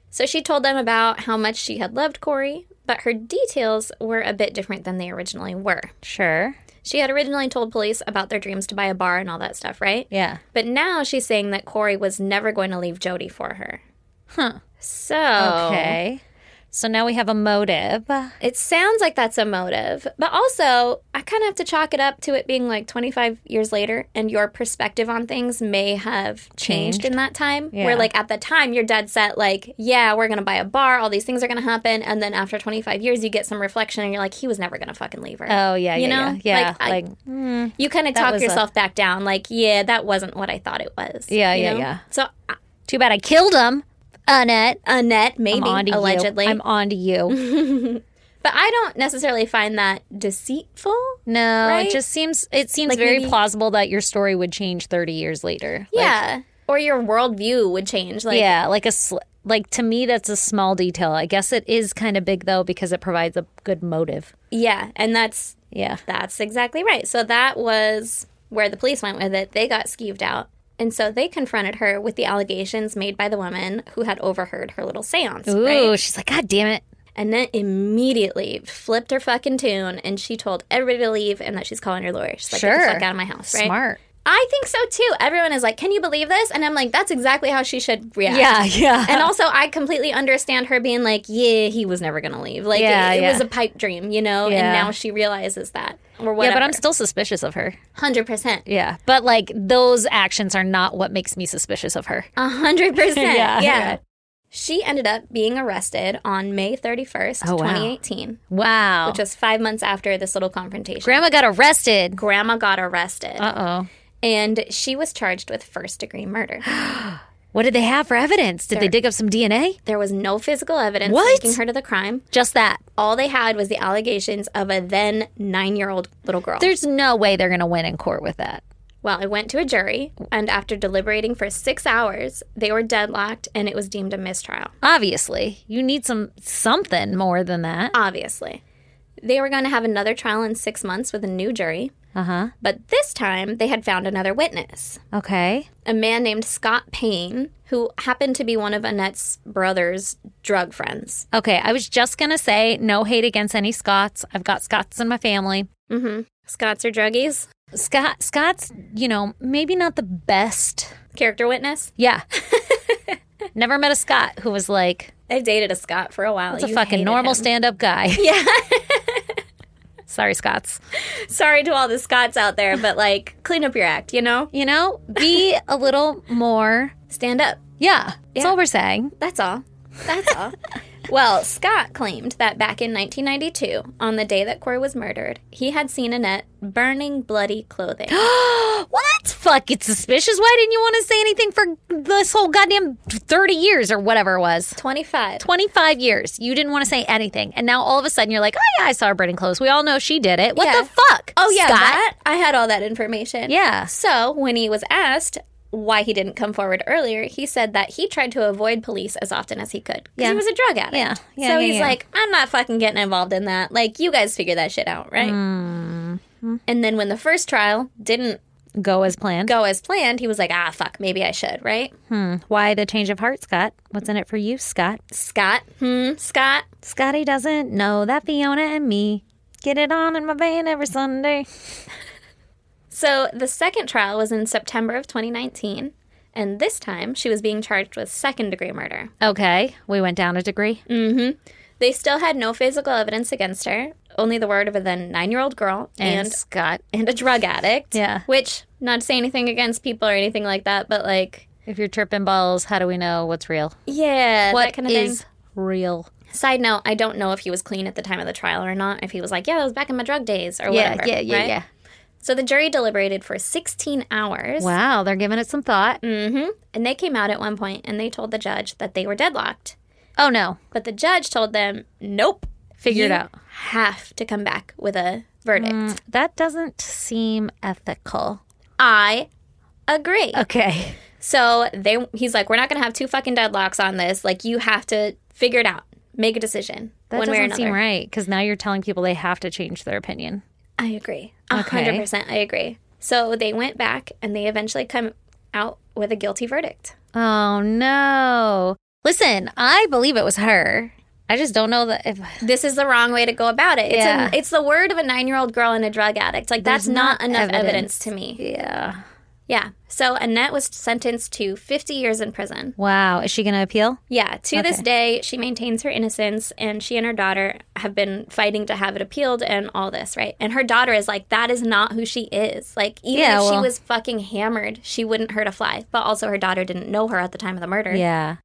Speaker 2: So she told them about how much she had loved Corey, but her details were a bit different than they originally were.
Speaker 1: Sure.
Speaker 2: She had originally told police about their dreams to buy a bar and all that stuff, right?
Speaker 1: Yeah.
Speaker 2: But now she's saying that Corey was never going to leave Jody for her. Huh. So
Speaker 1: Okay. So now we have a motive.
Speaker 2: It sounds like that's a motive, but also I kind of have to chalk it up to it being like 25 years later and your perspective on things may have changed,
Speaker 1: Changed.
Speaker 2: in that time.
Speaker 1: Yeah.
Speaker 2: Where, like, at the time, you're dead set, like, yeah, we're going to buy a bar, all these things are going to happen. And then after 25 years, you get some reflection and you're like, he was never going to fucking leave her.
Speaker 1: Oh yeah,
Speaker 2: You
Speaker 1: yeah,
Speaker 2: know?
Speaker 1: yeah, yeah.
Speaker 2: Like, I-
Speaker 1: Like, mm,
Speaker 2: you kind of
Speaker 1: that
Speaker 2: talk
Speaker 1: was a-
Speaker 2: yourself back down, like, yeah, that wasn't what I thought it was.
Speaker 1: Yeah,
Speaker 2: you
Speaker 1: yeah,
Speaker 2: know?
Speaker 1: yeah.
Speaker 2: So, uh,
Speaker 1: too bad I killed him, Annette.
Speaker 2: Annette,
Speaker 1: I'm
Speaker 2: maybe,
Speaker 1: on to
Speaker 2: allegedly.
Speaker 1: you. I'm on to you.
Speaker 2: But I don't necessarily find that deceitful.
Speaker 1: No,
Speaker 2: Right?
Speaker 1: it just seems it seems
Speaker 2: Like,
Speaker 1: very
Speaker 2: maybe-
Speaker 1: plausible that your story would change 30 years later. Like,
Speaker 2: Yeah. Or your worldview would change. Like,
Speaker 1: yeah, like a sl- like to me that's a small detail. I guess it is kind of big though because it provides a good motive.
Speaker 2: Yeah, and that's
Speaker 1: Yeah.
Speaker 2: that's exactly right. So that was where the police went with it. They got skeeved out. And so they confronted her with the allegations made by the woman who had overheard her little seance.
Speaker 1: Ooh,
Speaker 2: right?
Speaker 1: she's like, God damn it.
Speaker 2: And then immediately flipped her fucking tune and she told everybody to leave and that she's calling her lawyer. She's like, get
Speaker 1: Sure.
Speaker 2: the fuck out of my house, right?
Speaker 1: Smart.
Speaker 2: I think so too. Everyone is like, can you believe this? And I'm like, that's exactly how she should react.
Speaker 1: Yeah, yeah.
Speaker 2: And also, I completely understand her being like, yeah, he was never going to leave. Like,
Speaker 1: Yeah,
Speaker 2: it, it
Speaker 1: yeah.
Speaker 2: was a pipe dream, you know? And
Speaker 1: Yeah.
Speaker 2: now she realizes that. Or
Speaker 1: yeah,
Speaker 2: whatever.
Speaker 1: but I'm still suspicious of her.
Speaker 2: 100%.
Speaker 1: Yeah. But like those actions are not what makes me suspicious of her.
Speaker 2: 100%. yeah,
Speaker 1: Yeah, yeah.
Speaker 2: She ended up being arrested on May 31st,
Speaker 1: Oh, wow. Oh.
Speaker 2: 2018,
Speaker 1: Wow.
Speaker 2: which was five months after this little confrontation.
Speaker 1: Grandma got arrested.
Speaker 2: Grandma got arrested,
Speaker 1: Uh oh.
Speaker 2: and she was charged with first degree murder.
Speaker 1: What did they have for evidence? Did they
Speaker 2: There-
Speaker 1: dig up some DNA?
Speaker 2: There was no physical evidence
Speaker 1: What?
Speaker 2: linking her to the crime.
Speaker 1: Just that.
Speaker 2: All they had was the allegations of a then nine year old little girl.
Speaker 1: There's no way they're going to win in court with that.
Speaker 2: Well, it went to a jury, and after deliberating for six hours, they were deadlocked, and it was deemed a mistrial.
Speaker 1: Obviously, you need some something more than that.
Speaker 2: Obviously, they were going to have another trial in six months with a new jury,
Speaker 1: Uh huh.
Speaker 2: but this time they had found another witness,
Speaker 1: Okay.
Speaker 2: a man named Scott Payne, who happened to be one of Annette's brother's drug friends.
Speaker 1: Okay. I was just going to say no hate against any Scots. I've got Scots in my family.
Speaker 2: Mm-hmm. Scott's are druggies.
Speaker 1: Scott, Scots, you know, maybe not the best.
Speaker 2: Character witness.
Speaker 1: Yeah. Never met a Scott who was like,
Speaker 2: I've dated a Scott for a while.
Speaker 1: it's a
Speaker 2: You
Speaker 1: fucking
Speaker 2: hated
Speaker 1: normal
Speaker 2: him.
Speaker 1: stand up guy.
Speaker 2: Yeah.
Speaker 1: Sorry, Scots.
Speaker 2: Sorry to all the Scots out there, but like, clean up your act. You know,
Speaker 1: You know, be a little more.
Speaker 2: stand up.
Speaker 1: Yeah. That's all we're saying.
Speaker 2: That's all. That's all. well, Scott claimed that back in 1992, on the day that Corey was murdered, he had seen Annette burning bloody clothing.
Speaker 1: Well, that's fucking suspicious. Why didn't you want to say anything for this whole goddamn 30 years or whatever it was?
Speaker 2: 25.
Speaker 1: 25 years. You didn't want to say anything. And now all of a sudden you're like, oh, yeah, I saw her burning clothes. We all know she did it. What
Speaker 2: Yeah.
Speaker 1: the fuck?
Speaker 2: Oh, yeah.
Speaker 1: Scott?
Speaker 2: That, I had all that information.
Speaker 1: Yeah.
Speaker 2: So when he was asked why he didn't come forward earlier, he said that he tried to avoid police as often as he could. 'cause
Speaker 1: Yeah.
Speaker 2: He was a drug addict.
Speaker 1: Yeah. Yeah, yeah,
Speaker 2: so he's
Speaker 1: yeah.
Speaker 2: like, I'm not fucking getting involved in that. Like, you guys figure that shit out, right?
Speaker 1: Mm-hmm.
Speaker 2: And then when the first trial didn't
Speaker 1: Go as planned.
Speaker 2: go as planned, he was like, ah, fuck, maybe I should, right?
Speaker 1: Why the change of heart, Scott? What's in it for you, Scott?
Speaker 2: Scott. Hmm, Scott.
Speaker 1: Scotty doesn't know that Fiona and me get it on in my vein every Sunday.
Speaker 2: So the second trial was in September of 2019, and this time she was being charged with second degree murder.
Speaker 1: Okay. We went down a degree.
Speaker 2: They still had no physical evidence against her, only the word of a then nine year old girl and, and
Speaker 1: Scott.
Speaker 2: a drug addict.
Speaker 1: Yeah.
Speaker 2: Which not to say anything against people or anything like that, but like
Speaker 1: If you're tripping balls, how do we know what's real?
Speaker 2: yeah,
Speaker 1: What
Speaker 2: that kind of
Speaker 1: is
Speaker 2: thing.
Speaker 1: real?
Speaker 2: Side note, I don't know if he was clean at the time of the trial or not. If he was like, yeah, I was back in my drug days or
Speaker 1: Yeah,
Speaker 2: whatever.
Speaker 1: yeah, yeah,
Speaker 2: right?
Speaker 1: yeah.
Speaker 2: So the jury deliberated for 16 hours.
Speaker 1: Wow, they're giving it some thought.
Speaker 2: hmm And they came out at one point and they told the judge that they were deadlocked.
Speaker 1: Oh no,
Speaker 2: But the judge told them, nope,
Speaker 1: figure it
Speaker 2: you
Speaker 1: out.
Speaker 2: Have to come back with a verdict.
Speaker 1: Mm, That doesn't seem ethical.
Speaker 2: I agree.
Speaker 1: Oh. Okay.
Speaker 2: So they, he's like, we're not going to have two fucking deadlocks on this. Like, you have to figure it out, make a decision
Speaker 1: That
Speaker 2: one way or
Speaker 1: doesn't
Speaker 2: another.
Speaker 1: seem right because now you're telling people they have to change their opinion.
Speaker 2: I agree. A
Speaker 1: Okay.
Speaker 2: hundred percent, I agree. So they went back and they eventually come out with a guilty verdict.
Speaker 1: Oh no. Listen, I believe it was her. I just don't know that if
Speaker 2: This is the wrong way to go about it. It's,
Speaker 1: Yeah.
Speaker 2: an, it's the word of a nine year old girl and a drug addict. Like,
Speaker 1: There's
Speaker 2: that's not,
Speaker 1: not
Speaker 2: enough
Speaker 1: evidence.
Speaker 2: evidence to me.
Speaker 1: Yeah.
Speaker 2: Yeah. So Annette was sentenced to 50 years in prison.
Speaker 1: Wow. Is she going to appeal?
Speaker 2: Yeah, to this day, she maintains her innocence, and she and her daughter have been fighting to have it appealed and all this, right? And her daughter is like, that is not who she is. Like, even
Speaker 1: Yeah,
Speaker 2: if she
Speaker 1: well-
Speaker 2: was fucking hammered, she wouldn't hurt a fly. But also, her daughter didn't know her at the time of the murder.
Speaker 1: Yeah.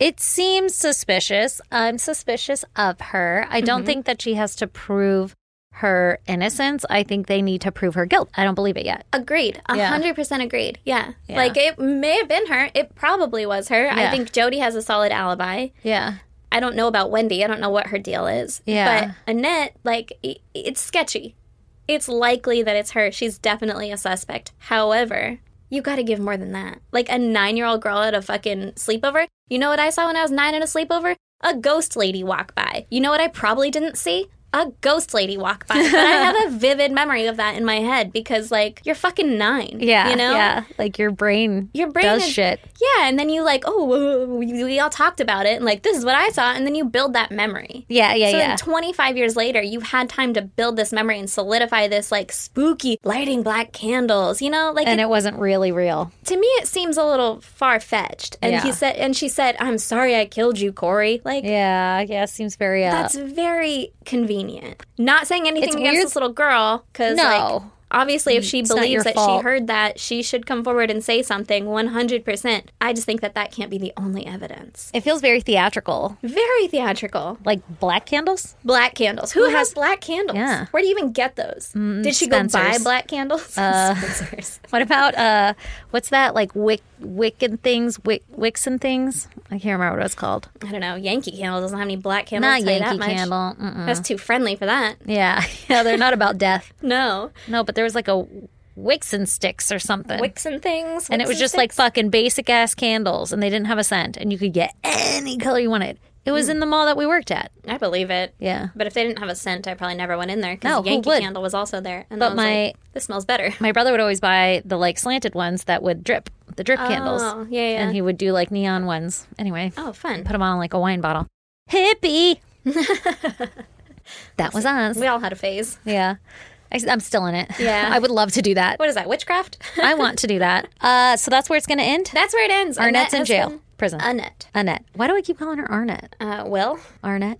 Speaker 1: It seems suspicious. I'm suspicious of her. I
Speaker 2: Mm-hmm.
Speaker 1: don't think that she has to prove her innocence. I think they need to prove her guilt. I don't believe it yet.
Speaker 2: Agreed. A
Speaker 1: Yeah.
Speaker 2: 100% agreed. Yeah.
Speaker 1: Yeah.
Speaker 2: Like, it may have been her. It probably was her. I
Speaker 1: Yeah.
Speaker 2: think Jody has a solid alibi.
Speaker 1: Yeah.
Speaker 2: I don't know about Wendy. I don't know what her deal is.
Speaker 1: Yeah.
Speaker 2: But Annette, like, i- it's sketchy. It's likely that it's her. She's definitely a suspect. However, you got to give more than that. Like a nine year old girl at a fucking sleepover. You know what I saw when I was nine at a sleepover? A ghost lady walk by. You know what I probably didn't see? A ghost lady walk by. but I have a vivid memory of that in my head because, like, you're fucking nine.
Speaker 1: Yeah.
Speaker 2: You know?
Speaker 1: Yeah. Like your brain,
Speaker 2: Your brain
Speaker 1: does
Speaker 2: is-
Speaker 1: shit.
Speaker 2: Yeah, and then you like, oh, we, we all talked about it, and like this is what I saw, and then you build that memory.
Speaker 1: Yeah. Yeah.
Speaker 2: So
Speaker 1: yeah.
Speaker 2: then 25 years later, you've had time to build this memory and solidify this like spooky lighting black candles, you know? Like
Speaker 1: and
Speaker 2: it,
Speaker 1: it wasn't really real.
Speaker 2: to me it seems a little far-fetched. And he
Speaker 1: Yeah.
Speaker 2: said and she said, "I'm sorry I killed you, Corey." Like
Speaker 1: Yeah. Yeah. Seems very. Uh,
Speaker 2: that's very convenient. Not saying anything
Speaker 1: It's
Speaker 2: against
Speaker 1: weird-
Speaker 2: this little girl cuz like
Speaker 1: no.
Speaker 2: obviously if she
Speaker 1: It's not your
Speaker 2: believes that
Speaker 1: fault.
Speaker 2: she heard that, she should come forward and say something 100%. I just think that that can't be the only evidence.
Speaker 1: it feels very theatrical.
Speaker 2: Very theatrical.
Speaker 1: Like black candles?
Speaker 2: Black candles. Who, has black candles?
Speaker 1: Yeah. Mm,
Speaker 2: Where do you even get those? Did she go buy
Speaker 1: Spencer's. Uh.
Speaker 2: black candles? Spencer's.
Speaker 1: What about uh what's that like wick wiccan things, wick wicks and things? I can't remember what it's called.
Speaker 2: I don't know. Yankee candle doesn't have any black candles.
Speaker 1: Not
Speaker 2: I'll tell you that
Speaker 1: Yankee
Speaker 2: much.
Speaker 1: candle. Mm-mm.
Speaker 2: That's too friendly for that.
Speaker 1: Yeah. Yeah, they're not about death.
Speaker 2: No.
Speaker 1: No, but there was like a wicks and sticks or something.
Speaker 2: Wicks and things.
Speaker 1: and it was just like fucking basic ass candles and they didn't have a scent and you could get any color you wanted. It was
Speaker 2: Hmm.
Speaker 1: in the mall that we worked at.
Speaker 2: like. I believe it.
Speaker 1: Yeah.
Speaker 2: But if they didn't have a scent, I probably never went in there
Speaker 1: No,
Speaker 2: because
Speaker 1: who
Speaker 2: Yankee
Speaker 1: would?
Speaker 2: candle was also there. And
Speaker 1: But
Speaker 2: I was
Speaker 1: my-
Speaker 2: like, this smells better.
Speaker 1: My brother would always buy the like slanted ones that would drip, the drip candles.
Speaker 2: Oh, yeah, yeah.
Speaker 1: And he would do like neon ones. Anyway.
Speaker 2: oh, fun.
Speaker 1: put them on like a wine bottle. Hippie. that was us.
Speaker 2: We all had a phase.
Speaker 1: Yeah. I, am still in it.
Speaker 2: Yeah.
Speaker 1: I would love to do that.
Speaker 2: What is that? Witchcraft?
Speaker 1: I want to do that. Uh, so that's where it's going to end.
Speaker 2: That's where it ends.
Speaker 1: Arnett's in
Speaker 2: has
Speaker 1: jail,
Speaker 2: been-
Speaker 1: prison.
Speaker 2: Annette.
Speaker 1: Annette. Why do I keep calling her Arnett?
Speaker 2: Uh, Will?
Speaker 1: Arnett.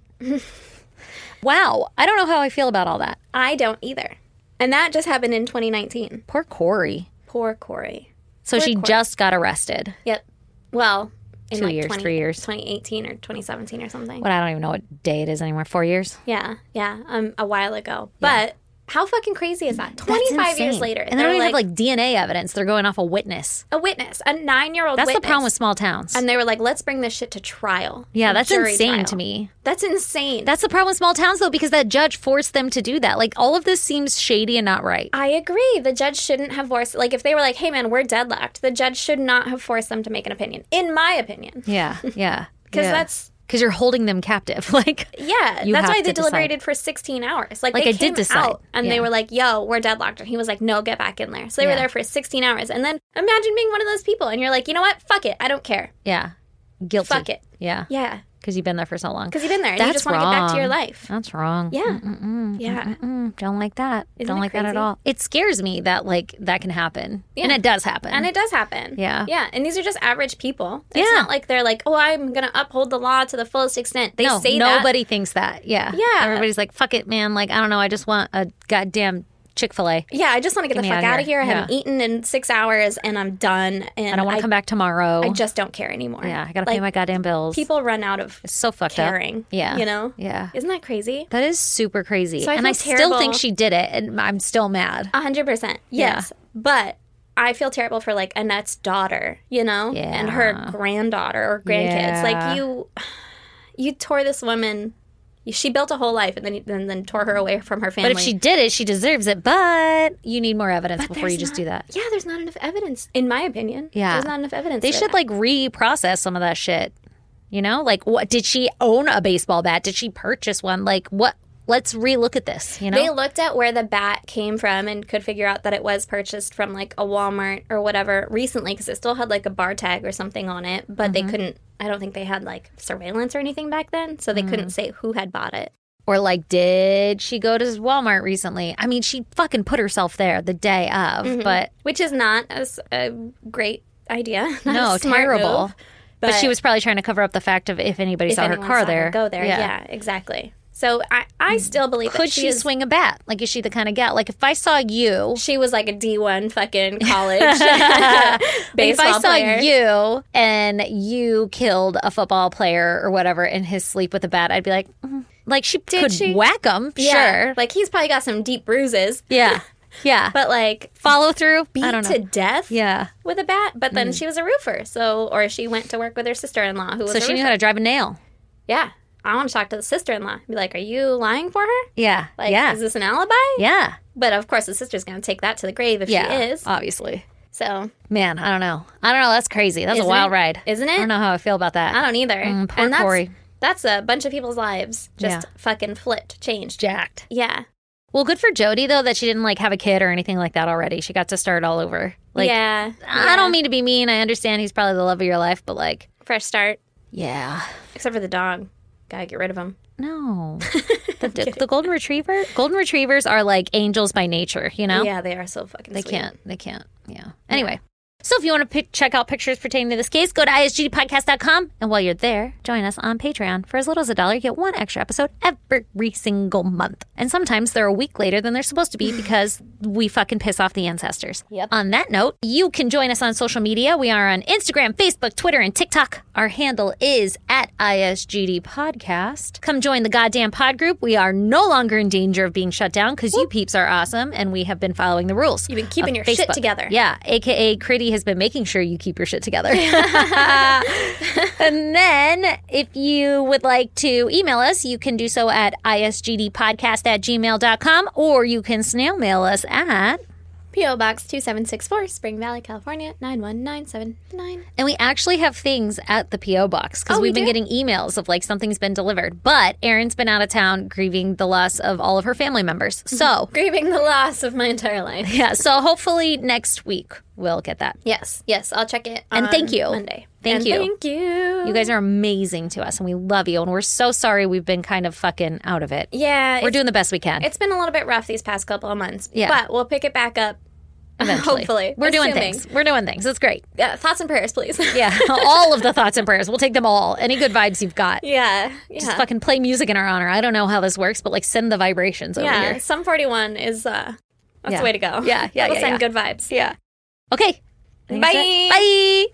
Speaker 1: wow. I don't know how I feel about all that.
Speaker 2: I don't either. And that just happened in 2019.
Speaker 1: Poor Corey.
Speaker 2: Poor Corey.
Speaker 1: So she just got arrested.
Speaker 2: Yep. Well, in
Speaker 1: Two years, three years.
Speaker 2: 2018 or 2017 or something.
Speaker 1: What I don't even know what day it is anymore. Four years.
Speaker 2: Yeah, yeah, um, a while ago. But how fucking crazy is that?
Speaker 1: That's
Speaker 2: 25 years
Speaker 1: insane.
Speaker 2: later,
Speaker 1: and they
Speaker 2: they're
Speaker 1: don't even have like DNA evidence. They're going off a witness.
Speaker 2: a witness, a nine year old.
Speaker 1: That's the problem with small towns.
Speaker 2: And they were like, "Let's bring this shit to trial."
Speaker 1: yeah,
Speaker 2: A
Speaker 1: that's
Speaker 2: jury
Speaker 1: insane
Speaker 2: trial.
Speaker 1: to me.
Speaker 2: That's insane.
Speaker 1: That's the problem with small towns, though, because that judge forced them to do that. Like, all of this seems shady and not right.
Speaker 2: I agree. The judge shouldn't have forced. Like, if they were like, "Hey, man, we're deadlocked," the judge should not have forced them to make an opinion. In my opinion,
Speaker 1: Yeah, yeah.
Speaker 2: because that's
Speaker 1: because you're holding them captive. Like,
Speaker 2: yeah.
Speaker 1: You
Speaker 2: that's
Speaker 1: have
Speaker 2: why they
Speaker 1: to decide.
Speaker 2: deliberated for 16 hours. Like,
Speaker 1: Like,
Speaker 2: they
Speaker 1: I did
Speaker 2: came
Speaker 1: decide.
Speaker 2: out and they
Speaker 1: Yeah.
Speaker 2: were like, "Yo, we're deadlocked," and he was like, "No, get back in there." So they
Speaker 1: Yeah.
Speaker 2: were there for 16 hours, and then imagine being one of those people, and you're like, "You know what? Fuck it. I don't care."
Speaker 1: yeah, guilty.
Speaker 2: Fuck it.
Speaker 1: Yeah,
Speaker 2: Yeah,
Speaker 1: because you've been there for so long.
Speaker 2: because you've been there and you
Speaker 1: That's
Speaker 2: just want to get back to your
Speaker 1: wrong.
Speaker 2: life.
Speaker 1: That's wrong.
Speaker 2: Yeah. Yeah.
Speaker 1: Mm-mm, don't like that.
Speaker 2: Isn't
Speaker 1: don't
Speaker 2: it
Speaker 1: like that at
Speaker 2: crazy?
Speaker 1: all. It scares me that like that can happen, and it does happen.
Speaker 2: And it does happen.
Speaker 1: Yeah.
Speaker 2: Yeah. And these are just average people. It's
Speaker 1: Yeah.
Speaker 2: not like they're like, oh, I'm going to uphold the law to the fullest extent. They
Speaker 1: no,
Speaker 2: say that.
Speaker 1: nobody thinks that. Yeah,
Speaker 2: Yeah.
Speaker 1: Everybody's like, "Fuck it, man." Like, I don't know. I just want a goddamn Chick Fil A.
Speaker 2: Yeah. I just want to get the
Speaker 1: me
Speaker 2: fuck
Speaker 1: outta
Speaker 2: out of
Speaker 1: here.
Speaker 2: here. I haven't eaten in six hours and I'm done. And
Speaker 1: I don't want to come back tomorrow.
Speaker 2: I just don't care anymore.
Speaker 1: yeah, I gotta
Speaker 2: like,
Speaker 1: pay my goddamn bills.
Speaker 2: People run out of
Speaker 1: so fucked
Speaker 2: caring.
Speaker 1: up. Yeah.
Speaker 2: You know?
Speaker 1: Yeah.
Speaker 2: Isn't that crazy?
Speaker 1: That is super crazy.
Speaker 2: I
Speaker 1: and I
Speaker 2: feel
Speaker 1: still think
Speaker 2: terrible.
Speaker 1: she did it and I'm still mad.
Speaker 2: A 100%. Yes. But. I feel terrible for like Annette's daughter, you know, and her
Speaker 1: Yeah.
Speaker 2: granddaughter or
Speaker 1: Yeah.
Speaker 2: grandkids. Like you, you tore this woman. She built a whole life, and then and then tore her away from her family.
Speaker 1: But if she did it, she deserves it. But you need more evidence before
Speaker 2: There's
Speaker 1: you just
Speaker 2: not-
Speaker 1: do that.
Speaker 2: Yeah, there's not enough evidence, in my opinion.
Speaker 1: Yeah.
Speaker 2: there's not enough evidence.
Speaker 1: They
Speaker 2: for
Speaker 1: should
Speaker 2: that.
Speaker 1: like reprocess some of that shit. You know? Like what did she own a baseball bat? Did she purchase one? Like what let's relook at this, you know?
Speaker 2: They looked at where the bat came from and could figure out that it was purchased from like a Walmart or whatever recently because it still had like a bar tag or something on it,
Speaker 1: Mm-hmm. Mm.
Speaker 2: but they couldn't. I don't think they had like surveillance or anything back then, so they couldn't say who had bought it.
Speaker 1: Or like, did she go to Walmart recently? I mean, she fucking put herself there the day of,
Speaker 2: Mm-hmm.
Speaker 1: but
Speaker 2: which is not a, s- a great idea. Not a
Speaker 1: no,
Speaker 2: smart
Speaker 1: terrible.
Speaker 2: move,
Speaker 1: but, she was probably trying to cover up the fact of if anybody
Speaker 2: if
Speaker 1: saw her
Speaker 2: anyone
Speaker 1: car
Speaker 2: saw
Speaker 1: there. Mm.
Speaker 2: Go there. Yeah. exactly. So I, I still believe that
Speaker 1: Could she,
Speaker 2: is-
Speaker 1: swing a bat? Like, is she the kind of gal? Like, if I saw you,
Speaker 2: she was like a D one fucking college baseball
Speaker 1: Like, if I saw
Speaker 2: player.
Speaker 1: you and you killed a football player or whatever in his sleep with a bat, I'd be like, mm. like she could
Speaker 2: she?
Speaker 1: whack him,
Speaker 2: Yeah,
Speaker 1: sure,
Speaker 2: Like he's probably got some deep bruises,
Speaker 1: yeah, yeah.
Speaker 2: but like
Speaker 1: Follow through,
Speaker 2: beat
Speaker 1: I don't know.
Speaker 2: to death
Speaker 1: yeah, Mm.
Speaker 2: with a bat. But then she was a roofer, so or she went to work with her sister in law who was
Speaker 1: so
Speaker 2: a
Speaker 1: she knew
Speaker 2: roofer.
Speaker 1: how to drive a nail.
Speaker 2: yeah. I want to talk to the sister in law. Be like, are you lying for her?
Speaker 1: Yeah,
Speaker 2: Like,
Speaker 1: yeah,
Speaker 2: is this an alibi?
Speaker 1: yeah,
Speaker 2: But of course, the sister's going to take that to the grave if
Speaker 1: yeah. Uh,
Speaker 2: she is.
Speaker 1: Obviously,
Speaker 2: So
Speaker 1: man, I don't know. I don't know. That's crazy. That's
Speaker 2: Isn't
Speaker 1: a wild
Speaker 2: it?
Speaker 1: ride.
Speaker 2: Isn't
Speaker 1: I
Speaker 2: it?
Speaker 1: don't know how I feel about that.
Speaker 2: I don't either.
Speaker 1: Mm, poor
Speaker 2: and that's,
Speaker 1: Corey.
Speaker 2: that's a bunch of people's lives just
Speaker 1: Yeah.
Speaker 2: fucking flipped, changed.
Speaker 1: Jacked.
Speaker 2: Yeah.
Speaker 1: Well, good for Jody though that she didn't like have a kid or anything like that already. She got to start all over. Like,
Speaker 2: yeah.
Speaker 1: I
Speaker 2: Yeah.
Speaker 1: don't mean to be mean. I understand he's probably the love of your life, but like,
Speaker 2: Fresh start,
Speaker 1: yeah,
Speaker 2: except for the dog. Gotta get rid of him.
Speaker 1: no. the, the, the golden retriever, golden retrievers are like angels by nature. You know,
Speaker 2: Yeah, they are so fucking
Speaker 1: they
Speaker 2: sweet.
Speaker 1: can't, they can't. Yeah. Anyway, so if you want to pick, check out pictures pertaining to this case, go to isgdpodcast.com, and while you're there, join us on Patreon. For as little as a dollar, you get one extra episode every single month, and sometimes they're a week later than they're supposed to be because we fucking piss off the ancestors.
Speaker 2: Yep.
Speaker 1: On that note, you can join us on social media. We are on Instagram, Facebook, Twitter, and TikTok. Our handle is at ISGD Podcast. Come join the goddamn pod group. We are no longer in danger of being shut down because you peeps are awesome and we have been following the rules. You've
Speaker 2: been keeping your shit together.
Speaker 1: Yeah, aka Critty has been making sure you keep your shit together. and then if you would like to email us, you can do so at isgdpodcast at gmail.com or you can snail mail us at
Speaker 2: P.O. Box 2764, Spring Valley, California, 91979.
Speaker 1: And we actually have things at the P.O. box because
Speaker 2: Oh, we
Speaker 1: we've been
Speaker 2: do?
Speaker 1: getting emails of like something's been delivered. But Erin's been out of town grieving the loss of all of her family members.
Speaker 2: Mm-hmm.
Speaker 1: So,
Speaker 2: Grieving the loss of my entire life.
Speaker 1: yeah, so hopefully next week we'll get that.
Speaker 2: Yes, yes, I'll check it.
Speaker 1: And
Speaker 2: on
Speaker 1: thank you.
Speaker 2: Monday.
Speaker 1: Thank
Speaker 2: And
Speaker 1: you.
Speaker 2: Thank you.
Speaker 1: You guys are amazing to us and we love you. And we're so sorry we've been kind of fucking out of it.
Speaker 2: Yeah,
Speaker 1: We're
Speaker 2: it's,
Speaker 1: doing the best we can.
Speaker 2: it's been a little bit rough these past couple of months.
Speaker 1: Yeah.
Speaker 2: But we'll pick it back up.
Speaker 1: eventually.
Speaker 2: hopefully.
Speaker 1: We're doing
Speaker 2: Assuming.
Speaker 1: things. We're doing things. It's great.
Speaker 2: Yeah, thoughts and prayers, please.
Speaker 1: Yeah. all of the thoughts and prayers. We'll take them all. Any good vibes you've got.
Speaker 2: yeah. Yeah.
Speaker 1: Just fucking play music in our honor. I don't know how this works, but like send the vibrations over
Speaker 2: yeah.
Speaker 1: here.
Speaker 2: Sum 41 is uh that's
Speaker 1: Yeah.
Speaker 2: the way to go.
Speaker 1: Yeah, yeah,
Speaker 2: That'll
Speaker 1: yeah,
Speaker 2: send
Speaker 1: yeah.
Speaker 2: good vibes.
Speaker 1: Yeah. Okay.
Speaker 2: Bye.
Speaker 1: Bye.